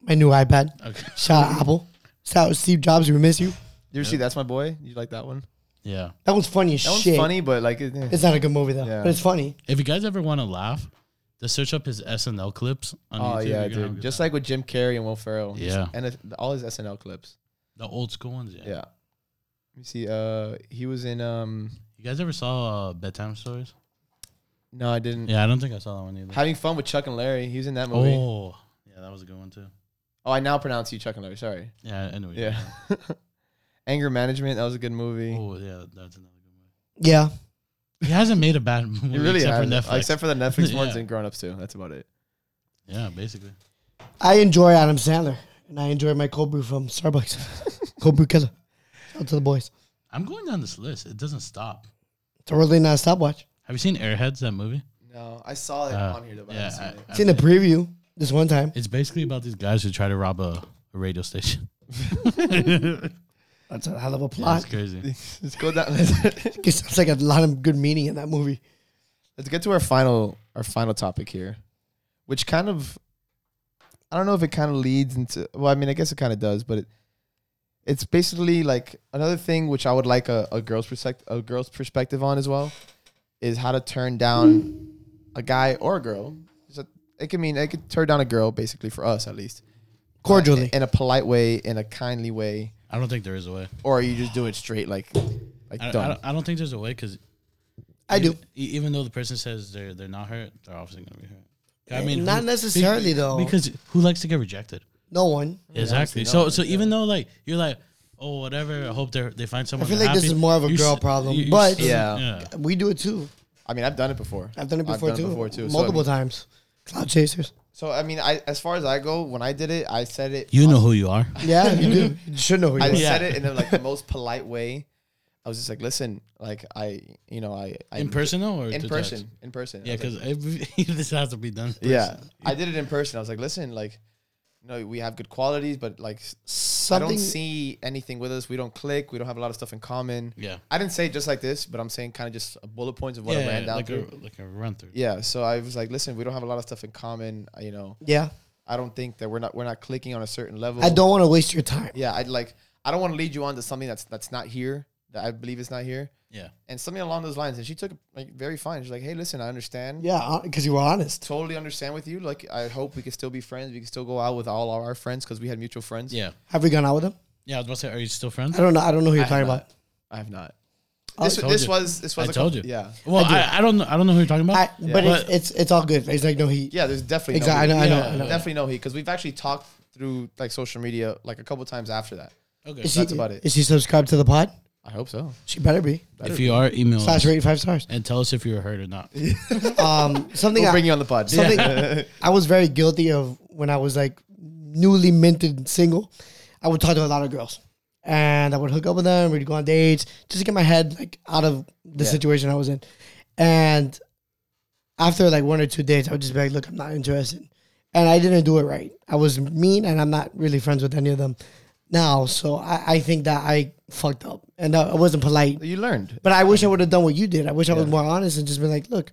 Speaker 1: my new iPad.
Speaker 3: Okay.
Speaker 1: Shout out Apple. Shout out Steve Jobs. We miss you.
Speaker 2: You ever see That's My Boy? You like that one?
Speaker 3: <laughs> Yeah.
Speaker 1: That one's funny as
Speaker 2: That one's
Speaker 1: shit.
Speaker 2: funny, but like, it- eh.
Speaker 1: It's not a good movie though,
Speaker 2: Yeah.
Speaker 1: but it's funny.
Speaker 3: If you guys ever want to laugh, just search up his SNL clips on
Speaker 2: oh yeah,
Speaker 3: YouTube. You're gonna have a
Speaker 2: dude.
Speaker 3: good
Speaker 2: Just
Speaker 3: time.
Speaker 2: like with Jim Carrey and Will Ferrell.
Speaker 3: Yeah.
Speaker 2: And it, all his SNL clips.
Speaker 3: the old school ones. Yeah.
Speaker 2: Yeah. Let me see. Uh, he was in. Um,
Speaker 3: You guys ever saw uh, bedtime stories?
Speaker 2: no, I didn't.
Speaker 3: Yeah, I don't think I saw that one either.
Speaker 2: Having fun with Chuck and Larry. He was in that movie. Oh,
Speaker 3: oh, yeah, that was a good one too.
Speaker 2: I now pronounce you Chuck and Larry. Sorry.
Speaker 3: Yeah, anyway.
Speaker 2: Yeah. <laughs> Anger Management. That was a good movie.
Speaker 3: Oh yeah, that's another good one.
Speaker 1: Yeah.
Speaker 3: He hasn't made a bad <laughs> movie
Speaker 2: It really
Speaker 3: except for
Speaker 2: hasn't.
Speaker 3: Netflix.
Speaker 2: except for the
Speaker 3: <laughs>
Speaker 2: Netflix ones
Speaker 3: Yeah.
Speaker 2: and Grown Ups too. That's about it.
Speaker 3: yeah, basically.
Speaker 1: I enjoy Adam Sandler and I enjoy my cold brew from
Speaker 2: <laughs>
Speaker 1: Starbucks. cold brew Keza. Shout out to the boys.
Speaker 3: I'm going down this list. It doesn't stop.
Speaker 1: It's a really nice stopwatch.
Speaker 3: Have you seen Airheads? That movie?
Speaker 2: No, I saw it
Speaker 3: Uh,
Speaker 2: on here though.
Speaker 3: yeah, I- I-
Speaker 1: It's in the preview this one time.
Speaker 3: It's basically about these guys who try to rob a, a radio station. <laughs>
Speaker 1: That's a hell of a
Speaker 3: That's
Speaker 1: plot.
Speaker 3: crazy.
Speaker 2: <laughs> Let's go down. Let's,
Speaker 1: It sounds like a lot of good meaning in that movie.
Speaker 2: let's get to our final our final topic here, which kind of I don't know if it kind of leads into. Well, I mean, I guess it kind of does, but it, it's basically like another thing which I would like a, a girl's perspective a girl's perspective on as well is how to turn down a guy or a girl. It's a- it could mean it could turn down a girl basically for us at least
Speaker 1: Cordially.
Speaker 2: in a polite way, in a kindly way,
Speaker 3: I don't think there is a way.
Speaker 2: or you just do it straight like like
Speaker 3: I, I,
Speaker 2: done.
Speaker 3: don't, I don't think there's a way because
Speaker 1: I do.
Speaker 3: Even though the person says they're they're not hurt, they're obviously gonna be hurt. I mean,
Speaker 1: Not
Speaker 3: who-
Speaker 1: necessarily, though.
Speaker 3: because who likes to get rejected?
Speaker 1: No one.
Speaker 3: Exactly.
Speaker 2: obviously
Speaker 3: So
Speaker 2: not.
Speaker 3: so even though like you're like oh whatever, I hope they they find someone.
Speaker 1: feel
Speaker 3: they're
Speaker 1: like this
Speaker 3: happy,
Speaker 1: is more of a
Speaker 3: you
Speaker 1: girl
Speaker 3: s-
Speaker 1: problem,
Speaker 3: you- you
Speaker 1: but-
Speaker 3: still-
Speaker 2: Yeah.
Speaker 1: We do it too.
Speaker 2: I mean, I've done it before.
Speaker 1: I've done it before,
Speaker 2: it
Speaker 1: too.
Speaker 2: So, I
Speaker 1: Multiple
Speaker 2: mean-
Speaker 1: times. Cloud chasers.
Speaker 2: So I mean, I as far as I go, when I did it, I said it.
Speaker 3: You know who you are.
Speaker 1: Yeah, you do. You should know who you
Speaker 2: I
Speaker 1: are.
Speaker 3: Yeah.
Speaker 2: said it in the, like the most polite way. I was just like, listen, like I, you know, I, I
Speaker 3: In person though, or
Speaker 2: in
Speaker 3: to
Speaker 2: person,
Speaker 3: text?
Speaker 2: in person. I
Speaker 3: Yeah,
Speaker 2: was like,
Speaker 3: because <laughs> this has to be done. in person.
Speaker 2: yeah, I did it in person. I was like, listen, like, no, we have good qualities, but like, s- I
Speaker 1: Something.
Speaker 2: don't see anything with us. We don't click. We don't have a lot of stuff in common.
Speaker 3: yeah,
Speaker 2: I didn't say it just like this, but I'm saying kind of just bullet points of what I
Speaker 3: yeah.
Speaker 2: ran down
Speaker 3: like
Speaker 2: through.
Speaker 3: a like a run through.
Speaker 2: yeah, so I was like, listen, we don't have a lot of stuff in common. You know,
Speaker 1: yeah.
Speaker 2: I don't think that we're not we're not clicking on a certain level.
Speaker 1: I don't want to waste your time.
Speaker 2: Yeah, I'd like. I don't want to lead you on to something that's that's not here. That I believe is not here,
Speaker 3: Yeah.
Speaker 2: and something along those lines. And she took it, like very fine. She's like, "Hey, listen, I understand.
Speaker 1: Yeah, because you were honest.
Speaker 2: Totally understand with you. Like, I hope we can still be friends. We can still go out with all of our friends because we had mutual friends.
Speaker 3: Yeah.
Speaker 1: Have we gone out with him?
Speaker 3: Yeah, I was about to say, are you still friends?
Speaker 1: I don't know. I don't know who you're
Speaker 2: I
Speaker 1: talking
Speaker 2: have
Speaker 1: about. Oh,
Speaker 2: I have not.
Speaker 1: I
Speaker 2: This,
Speaker 3: told
Speaker 2: this
Speaker 3: you.
Speaker 2: was this was
Speaker 3: I
Speaker 2: a
Speaker 3: told
Speaker 2: couple-
Speaker 3: you.
Speaker 2: Yeah,
Speaker 3: Well,
Speaker 1: I do.
Speaker 3: I, I don't know. I don't know who you're talking about.
Speaker 1: I, But
Speaker 3: Yeah.
Speaker 1: it's, it's it's all good. It's like no heat.
Speaker 2: yeah. There's definitely
Speaker 1: Exactly,
Speaker 2: No
Speaker 1: I know, I
Speaker 2: heat.
Speaker 1: know, I know.
Speaker 2: Definitely no heat because we've actually talked through like social media like a couple times after that.
Speaker 3: okay.
Speaker 1: Is
Speaker 2: that's
Speaker 1: she,
Speaker 2: about it.
Speaker 1: Is she subscribed to the pod?
Speaker 2: I hope so.
Speaker 1: She better be.
Speaker 3: if you are, email
Speaker 1: Slash
Speaker 3: us
Speaker 1: rate five stars.
Speaker 3: and tell us if you were hurt
Speaker 1: <laughs>
Speaker 3: or not.
Speaker 1: Um, something
Speaker 2: We'll
Speaker 1: I,
Speaker 2: bring you on the pod.
Speaker 1: something I was very guilty of when I was like newly minted single. I would talk to a lot of girls, and I would hook up with them. We'd go on dates just to get my head like out of the
Speaker 2: Yeah.
Speaker 1: situation I was in. And after like one or two dates, I would just be like, "Look, I'm not interested," and I didn't do it right. I was mean, and I'm not really friends with any of them now. So I, I think that I fucked up, and I I wasn't polite.
Speaker 2: You learned.
Speaker 1: But I wish I would have done what you did. I wish I was more honest and just been like, look,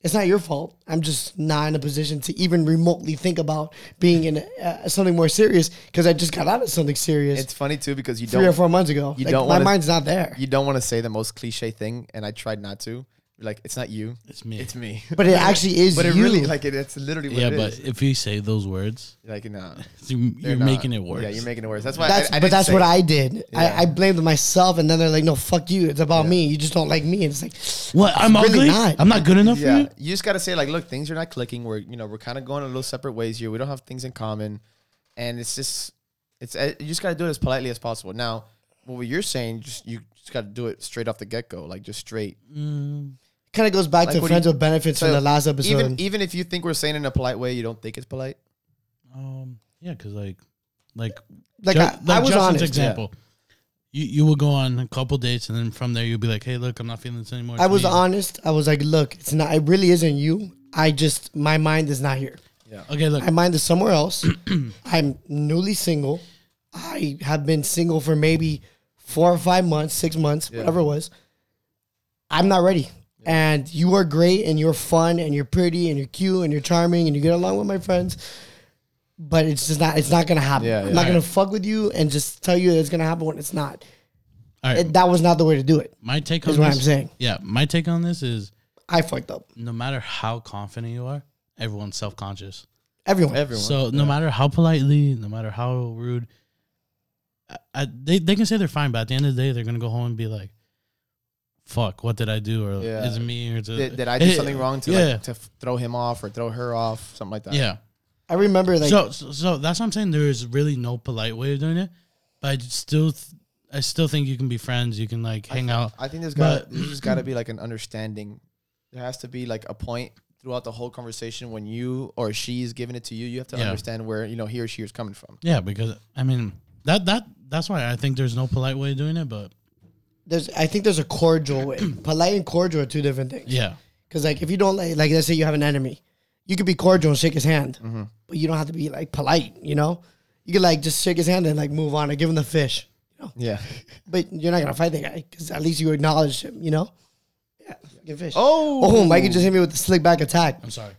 Speaker 1: it's not your fault. I'm just not in a position to even remotely think about being in uh, something more serious because I just got out of something serious
Speaker 2: It's funny too because you
Speaker 1: three
Speaker 2: don't
Speaker 1: or four months ago.
Speaker 2: you
Speaker 1: Like,
Speaker 2: don't
Speaker 1: my
Speaker 2: wanna-
Speaker 1: mind's not there.
Speaker 2: you don't want to say the most cliche thing, and I tried not to. Like, it's not you.
Speaker 3: It's me.
Speaker 2: It's me.
Speaker 1: but it actually is
Speaker 2: <laughs> but it
Speaker 1: you.
Speaker 2: really, like, it, it's literally what
Speaker 3: yeah,
Speaker 2: it
Speaker 3: but
Speaker 2: is.
Speaker 3: if you say those words,
Speaker 2: Like, no.
Speaker 3: you,
Speaker 2: they're
Speaker 3: you're
Speaker 2: not.
Speaker 3: making it worse.
Speaker 2: Yeah, you're making it worse. That's why.
Speaker 1: that's,
Speaker 2: I, I
Speaker 1: but
Speaker 2: didn't
Speaker 1: that's
Speaker 2: say
Speaker 1: what
Speaker 2: it.
Speaker 1: I did.
Speaker 2: Yeah.
Speaker 1: I, I blamed myself, and then they're like, "No, fuck you. It's about me. You just don't like me." And it's like,
Speaker 3: what? I'm
Speaker 1: really
Speaker 3: ugly.
Speaker 1: not.
Speaker 3: I'm not good enough
Speaker 2: Yeah,
Speaker 3: for
Speaker 2: you just gotta say like, look, things are not clicking. We're you know we're kind of going a little separate ways here. We don't have things in common, and it's just it's uh, you just gotta do it as politely as possible. Now, what you're saying, just you just gotta do it straight off the get go, like just straight.
Speaker 3: you. Mm,
Speaker 1: kind of goes back
Speaker 2: Like,
Speaker 1: to
Speaker 2: what do
Speaker 1: friends
Speaker 2: you-
Speaker 1: with benefits from the last episode.
Speaker 2: even even if you think we're saying it in a polite way, you don't think it's polite.
Speaker 3: um, yeah, because like, like,
Speaker 1: like
Speaker 3: Ju-
Speaker 1: I, I was
Speaker 3: Justin's
Speaker 1: honest.
Speaker 3: example. You you will go on a couple dates and then from there you'll be like, hey, look, I'm not feeling this anymore.
Speaker 1: I
Speaker 3: It's
Speaker 1: was
Speaker 3: me.
Speaker 1: honest. I was like, "Look, it's not. It really isn't you. I just my mind is not here."
Speaker 3: Okay, look,
Speaker 1: I mind is somewhere
Speaker 2: <clears throat>
Speaker 1: else. I'm newly single. I have been single for maybe four or five months, six months, whatever it was. I'm not ready. And you are great and you're fun and you're pretty and you're cute and you're charming and you get along with my friends. But it's just not it's not gonna happen.
Speaker 2: Yeah, yeah.
Speaker 1: I'm not gonna
Speaker 3: Alright.
Speaker 1: fuck with you and just tell you that it's gonna happen when it's not.
Speaker 3: all right.
Speaker 1: It, that was not the way to do it.
Speaker 3: my take on
Speaker 1: is what I'm
Speaker 3: this-
Speaker 1: saying.
Speaker 3: Yeah, my take on this is
Speaker 1: I fucked up.
Speaker 3: no matter how confident you are, everyone's self conscious.
Speaker 1: Everyone.
Speaker 2: Everyone.
Speaker 3: So no matter how politely, no matter how rude, I, I, they they can say they're fine, but at the end of the day, they're gonna go home and be like, "Fuck, what did I do?" Or
Speaker 2: Yeah.
Speaker 3: "Is it me?" Or
Speaker 2: did, did I do something wrong to
Speaker 3: <laughs> yeah,
Speaker 2: like to f- throw him off or throw her off, something like that?
Speaker 3: yeah.
Speaker 1: I remember like
Speaker 3: so, so so that's what I'm saying. There is really no polite way of doing it, but I just still th- I still think you can be friends. You can like hang out.
Speaker 2: I think there's
Speaker 3: But-
Speaker 2: got there's just got to be like an understanding. There has to be like a point throughout the whole conversation when you or she's giving it to you. You have to
Speaker 3: Yeah.
Speaker 2: understand where you know he or she is coming from.
Speaker 3: Yeah, because I mean that that that's why I think there's no polite way of doing it. But
Speaker 1: There's, I think there's a cordial
Speaker 2: <clears throat>
Speaker 1: way. Polite and cordial are two different things.
Speaker 3: yeah,
Speaker 1: Because like if you don't like, like let's say you have an enemy, you could be cordial and shake his hand,
Speaker 2: Mm-hmm.
Speaker 1: but you don't have to be like polite. You know, you could like just shake his hand and like move on or give him the fish. You know,
Speaker 2: Yeah.
Speaker 1: but you're not gonna fight the guy because at least you acknowledge him. You know, yeah, fucking fish.
Speaker 2: <laughs> Oh.
Speaker 1: oh, Mikey just hit me with the slick back attack.
Speaker 3: I'm sorry.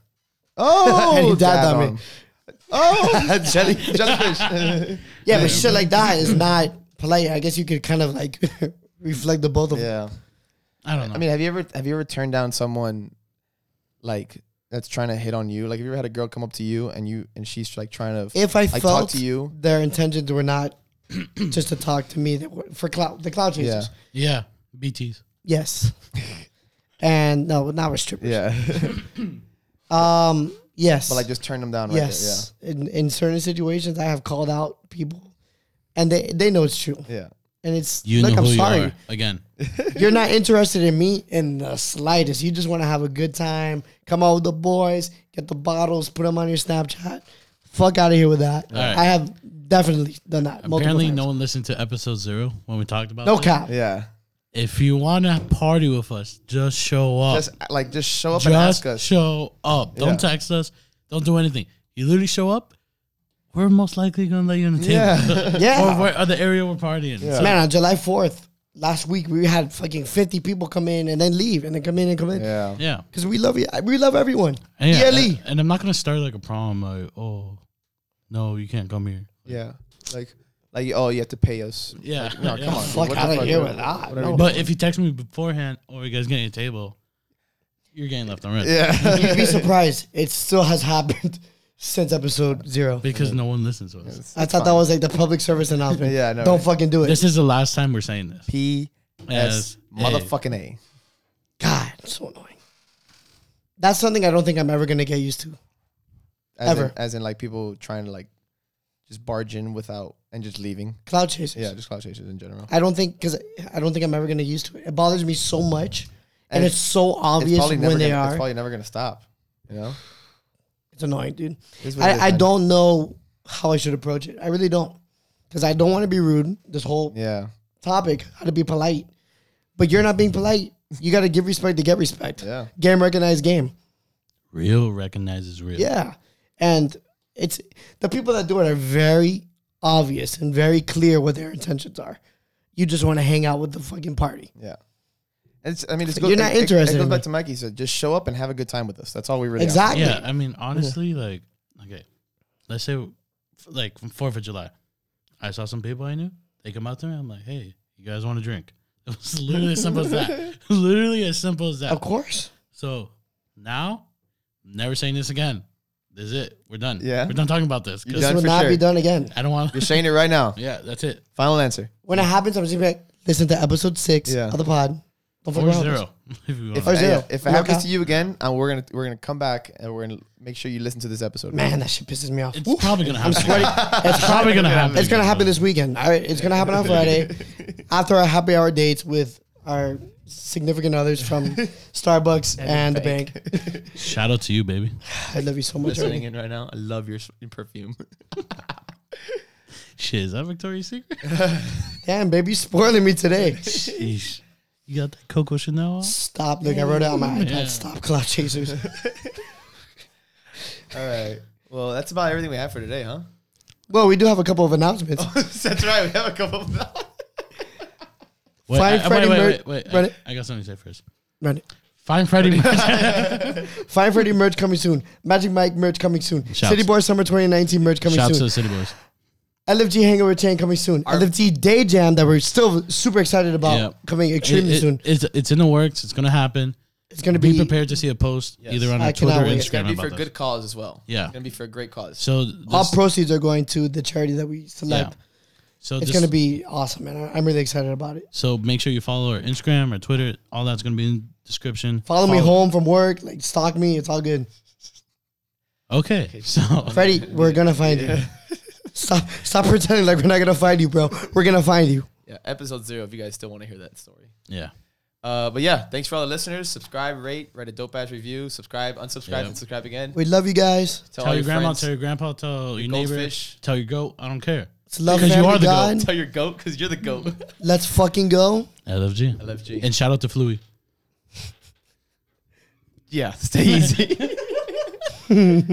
Speaker 2: Oh, <laughs>
Speaker 1: And he dabbed
Speaker 2: dab
Speaker 1: on me.
Speaker 2: him. Oh, <laughs> jelly, jellyfish.
Speaker 1: Yeah, but shit like that
Speaker 2: <clears throat>
Speaker 1: is not polite. I guess you could kind of like <laughs> reflect the both of them.
Speaker 2: yeah.
Speaker 3: I don't know.
Speaker 2: I mean, have you ever have you ever turned down someone like that's trying to hit on you? Like, have you ever had a girl come up to you and you and she's like trying to
Speaker 1: If I
Speaker 2: like
Speaker 1: felt
Speaker 2: talk to you?
Speaker 1: their intentions were not <clears throat> just to talk to me that were for cloud the cloud chasers.
Speaker 2: Yeah.
Speaker 3: yeah, BTS.
Speaker 1: Yes. and no, not with strippers.
Speaker 2: Yeah.
Speaker 1: Um. Yes. <laughs>
Speaker 2: but like, just turn them down. Right
Speaker 1: yes. In in certain situations, I have called out people, and they they know it's true.
Speaker 2: There. Yeah. Yeah.
Speaker 1: And it's
Speaker 3: You
Speaker 1: look,
Speaker 3: know
Speaker 1: I'm
Speaker 3: who
Speaker 1: sorry,
Speaker 3: you are
Speaker 2: <laughs>
Speaker 3: again.
Speaker 1: <laughs> you're not interested in me in the slightest. You just want to have a good time, come out with the boys, get the bottles, put them on your Snapchat. Fuck out of here with that.
Speaker 3: All right.
Speaker 1: I have definitely done that. multiple
Speaker 3: Apparently,
Speaker 1: times.
Speaker 3: no one listened to episode zero when we talked about.
Speaker 1: no
Speaker 3: this. <laughs>
Speaker 1: cap.
Speaker 2: Yeah.
Speaker 3: If you want to party with us, just show up.
Speaker 2: Just
Speaker 1: Oh.
Speaker 2: like, just show up and ask
Speaker 3: Just,
Speaker 2: us.
Speaker 3: show up. Don't
Speaker 2: Yeah.
Speaker 3: text us. Don't do anything. You literally show up. We're most likely gonna let you on the
Speaker 1: <laughs>
Speaker 3: table.
Speaker 2: Yeah.
Speaker 1: Yeah.
Speaker 3: or where, or the area we're partying. So,
Speaker 1: Man, on July 4th, last week, we had fucking 50 people come in and then leave and then come in and come in.
Speaker 2: Yeah.
Speaker 3: yeah.
Speaker 1: Because we love
Speaker 2: e,
Speaker 1: you. We love everyone.
Speaker 3: And yeah,
Speaker 1: ELE.
Speaker 3: And, and I'm not gonna start like a problem. Like, oh, no, you can't come here.
Speaker 2: Yeah. Like, like oh, you have to pay us.
Speaker 3: Yeah.
Speaker 2: No,
Speaker 3: yeah.
Speaker 2: come on.
Speaker 1: Fuck
Speaker 2: What the
Speaker 1: outta
Speaker 2: fuck,
Speaker 1: here
Speaker 2: what-
Speaker 1: with that.
Speaker 2: what are
Speaker 1: No.
Speaker 2: we
Speaker 3: <laughs> But if you text me beforehand, or you guys get a table, you're getting left on
Speaker 1: <laughs>
Speaker 3: red.
Speaker 2: Yeah.
Speaker 1: You'd be surprised. It still has happened <laughs> since episode zero.
Speaker 3: Because no one listens to us.
Speaker 1: I thought that was like the public service announcement.
Speaker 2: <laughs> Yeah, I know,
Speaker 1: Don't
Speaker 2: right?
Speaker 1: fucking do it.
Speaker 3: This is the last time we're saying this.
Speaker 2: P
Speaker 3: Yes.
Speaker 2: S motherfucking A.
Speaker 1: God, so annoying. That's something I don't think I'm ever gonna get used to.
Speaker 2: As
Speaker 1: Ever.
Speaker 2: In, as in, like people trying to like just barge in without and just leaving.
Speaker 1: Cloud chasers.
Speaker 2: Yeah, just cloud chasers in general.
Speaker 1: I don't think because I don't think I'm ever gonna get used to it. It bothers me so much, and,
Speaker 2: And
Speaker 1: it's so obvious
Speaker 2: probably
Speaker 1: when
Speaker 2: never
Speaker 1: they
Speaker 2: gonna,
Speaker 1: are.
Speaker 2: It's
Speaker 1: It's,
Speaker 2: probably never gonna stop. You know.
Speaker 1: annoying, dude.
Speaker 2: It is what it is,
Speaker 1: I, I
Speaker 2: man.
Speaker 1: don't know how I should approach it. I really don't, because I don't want to be rude. This whole
Speaker 2: Yeah.
Speaker 1: topic, how to be polite, but you're not being polite. You got to give respect to get respect.
Speaker 2: Yeah.
Speaker 1: Game recognized game.
Speaker 3: Real recognizes real.
Speaker 1: Yeah. And it's the people that do it are very obvious and very clear what their intentions are. You just want to hang out with the fucking party.
Speaker 2: Yeah. And It's, I mean, it's
Speaker 1: You're not
Speaker 2: it- it-
Speaker 1: interested
Speaker 2: It,
Speaker 1: in
Speaker 2: goes
Speaker 1: me.
Speaker 2: back to Mikey said, just show up and have a good time with us. That's all we really. ask.
Speaker 1: Exactly.
Speaker 3: Yeah, I mean, honestly, like, okay, let's say, f- like, from Fourth of July, I saw some people I knew. They come up to me. I'm like, hey, you guys want a drink? <laughs> It was literally as simple as that. literally as simple as
Speaker 1: Of
Speaker 3: that.
Speaker 1: course.
Speaker 3: So now, never saying this again. This is it. We're done.
Speaker 2: Yeah.
Speaker 3: we're done talking about this. 'cause
Speaker 2: You're done
Speaker 1: this will
Speaker 2: for
Speaker 1: not
Speaker 2: sure.
Speaker 1: be done again.
Speaker 3: I don't want.
Speaker 2: You're saying it right now.
Speaker 3: <laughs> Yeah, that's it.
Speaker 2: Final answer.
Speaker 1: When it happens, I'm just gonna be like, listen to episode six
Speaker 2: Yeah.
Speaker 1: of the pod. Don't fuck
Speaker 3: Four
Speaker 1: around. with us.
Speaker 3: zero. <laughs> If you want.
Speaker 1: Or
Speaker 2: If-
Speaker 1: zero.
Speaker 2: If it
Speaker 1: Knock
Speaker 2: happens
Speaker 1: out.
Speaker 2: to you again, uh, we're gonna we're gonna come back and we're gonna make sure you listen to this episode.
Speaker 1: Man, that shit pisses me off.
Speaker 3: it's
Speaker 1: Oof.
Speaker 3: probably gonna
Speaker 1: I'm
Speaker 3: happen.
Speaker 1: <laughs> sweaty.
Speaker 3: <laughs> It's probably gonna happen.
Speaker 1: It's gonna
Speaker 3: again,
Speaker 1: happen
Speaker 3: brother.
Speaker 1: this weekend. All right, it's gonna happen on
Speaker 3: <laughs>
Speaker 1: Friday after our happy hour dates with our significant others
Speaker 3: <laughs>
Speaker 1: from Starbucks and, the bank.
Speaker 3: Shout out to you, baby. <laughs>
Speaker 1: I love you so much. Ernie.
Speaker 2: in right now. I love your, your perfume.
Speaker 3: Shit, is that Victoria's Secret?
Speaker 1: Damn, baby, you spoiling me
Speaker 3: <laughs>
Speaker 1: today.
Speaker 3: Sheesh. You got that Coco Chanel? on?
Speaker 1: Stop. Look, I wrote it on my iPad.
Speaker 3: Yeah.
Speaker 1: Stop, Cloud Chasers.
Speaker 2: <laughs> All right. Well, that's about everything we have for today, huh?
Speaker 1: well, we do have a couple of
Speaker 3: <laughs>
Speaker 1: announcements.
Speaker 2: <laughs> that's right. We have a couple. Of
Speaker 3: Wait,
Speaker 1: Find
Speaker 3: I- I-
Speaker 1: Freddie
Speaker 3: wait,
Speaker 1: Mer-
Speaker 3: wait, wait, wait.
Speaker 1: run it.
Speaker 3: I, I got something to say first.
Speaker 1: Right.
Speaker 3: Find Freddie Mercury.
Speaker 1: Fine Freddy merch coming soon. Magic Mike merch coming soon.
Speaker 3: Shouts.
Speaker 1: City Boy Summer 2019 merch coming
Speaker 3: Shouts to
Speaker 1: soon.
Speaker 3: the City Boys.
Speaker 1: LFG Hangover Chain coming soon. LFG Day Jam that we're still super excited about
Speaker 3: Yeah.
Speaker 1: coming extremely
Speaker 3: It- it-
Speaker 1: soon.
Speaker 3: It's, it's in the works. It's going to happen.
Speaker 1: It's going to
Speaker 3: Be,
Speaker 1: be
Speaker 3: prepared to see a post
Speaker 2: Yes.
Speaker 3: either on
Speaker 1: I
Speaker 3: our Twitter or
Speaker 1: cannot wait.
Speaker 3: Instagram
Speaker 1: It's
Speaker 2: It's gonna be
Speaker 3: about
Speaker 2: for a
Speaker 3: this.
Speaker 2: good cause as well.
Speaker 3: Yeah.
Speaker 2: It's gonna be for a great cause.
Speaker 3: So
Speaker 1: all
Speaker 3: this,
Speaker 1: proceeds are going to the charity that we
Speaker 3: yeah.
Speaker 1: select.
Speaker 3: So
Speaker 1: It's
Speaker 3: just-
Speaker 1: going to be awesome, man. I- I'm really excited about it.
Speaker 3: So make sure you follow our Instagram or Twitter. All that's going to be in the description.
Speaker 1: Follow, me home from work, like stalk me. It's all good.
Speaker 3: Okay. So
Speaker 1: <laughs> Freddie, we're gonna find you. Stop, stop pretending like we're not gonna find you, bro. We're gonna find you.
Speaker 2: Yeah, episode zero. If you guys still want to hear that story.
Speaker 3: Yeah.
Speaker 2: Uh, but yeah, thanks for all the listeners. Subscribe, rate, write a dope ass review. Subscribe, unsubscribe,
Speaker 3: Yeah.
Speaker 2: and subscribe again.
Speaker 1: We love you guys.
Speaker 2: all
Speaker 3: Tell your grandma,
Speaker 2: friends.
Speaker 3: tell your grandpa, tell your, neighbor,
Speaker 2: goldfish.
Speaker 3: tell your goat. I don't care.
Speaker 1: It's love
Speaker 3: Because you
Speaker 1: family
Speaker 3: are the
Speaker 1: God.
Speaker 2: Tell your goat because you're the goat. <laughs>
Speaker 1: Let's fucking go.
Speaker 3: LFG.
Speaker 2: LFG.
Speaker 3: And shout out to Fluey.
Speaker 2: <laughs> yeah, stay easy.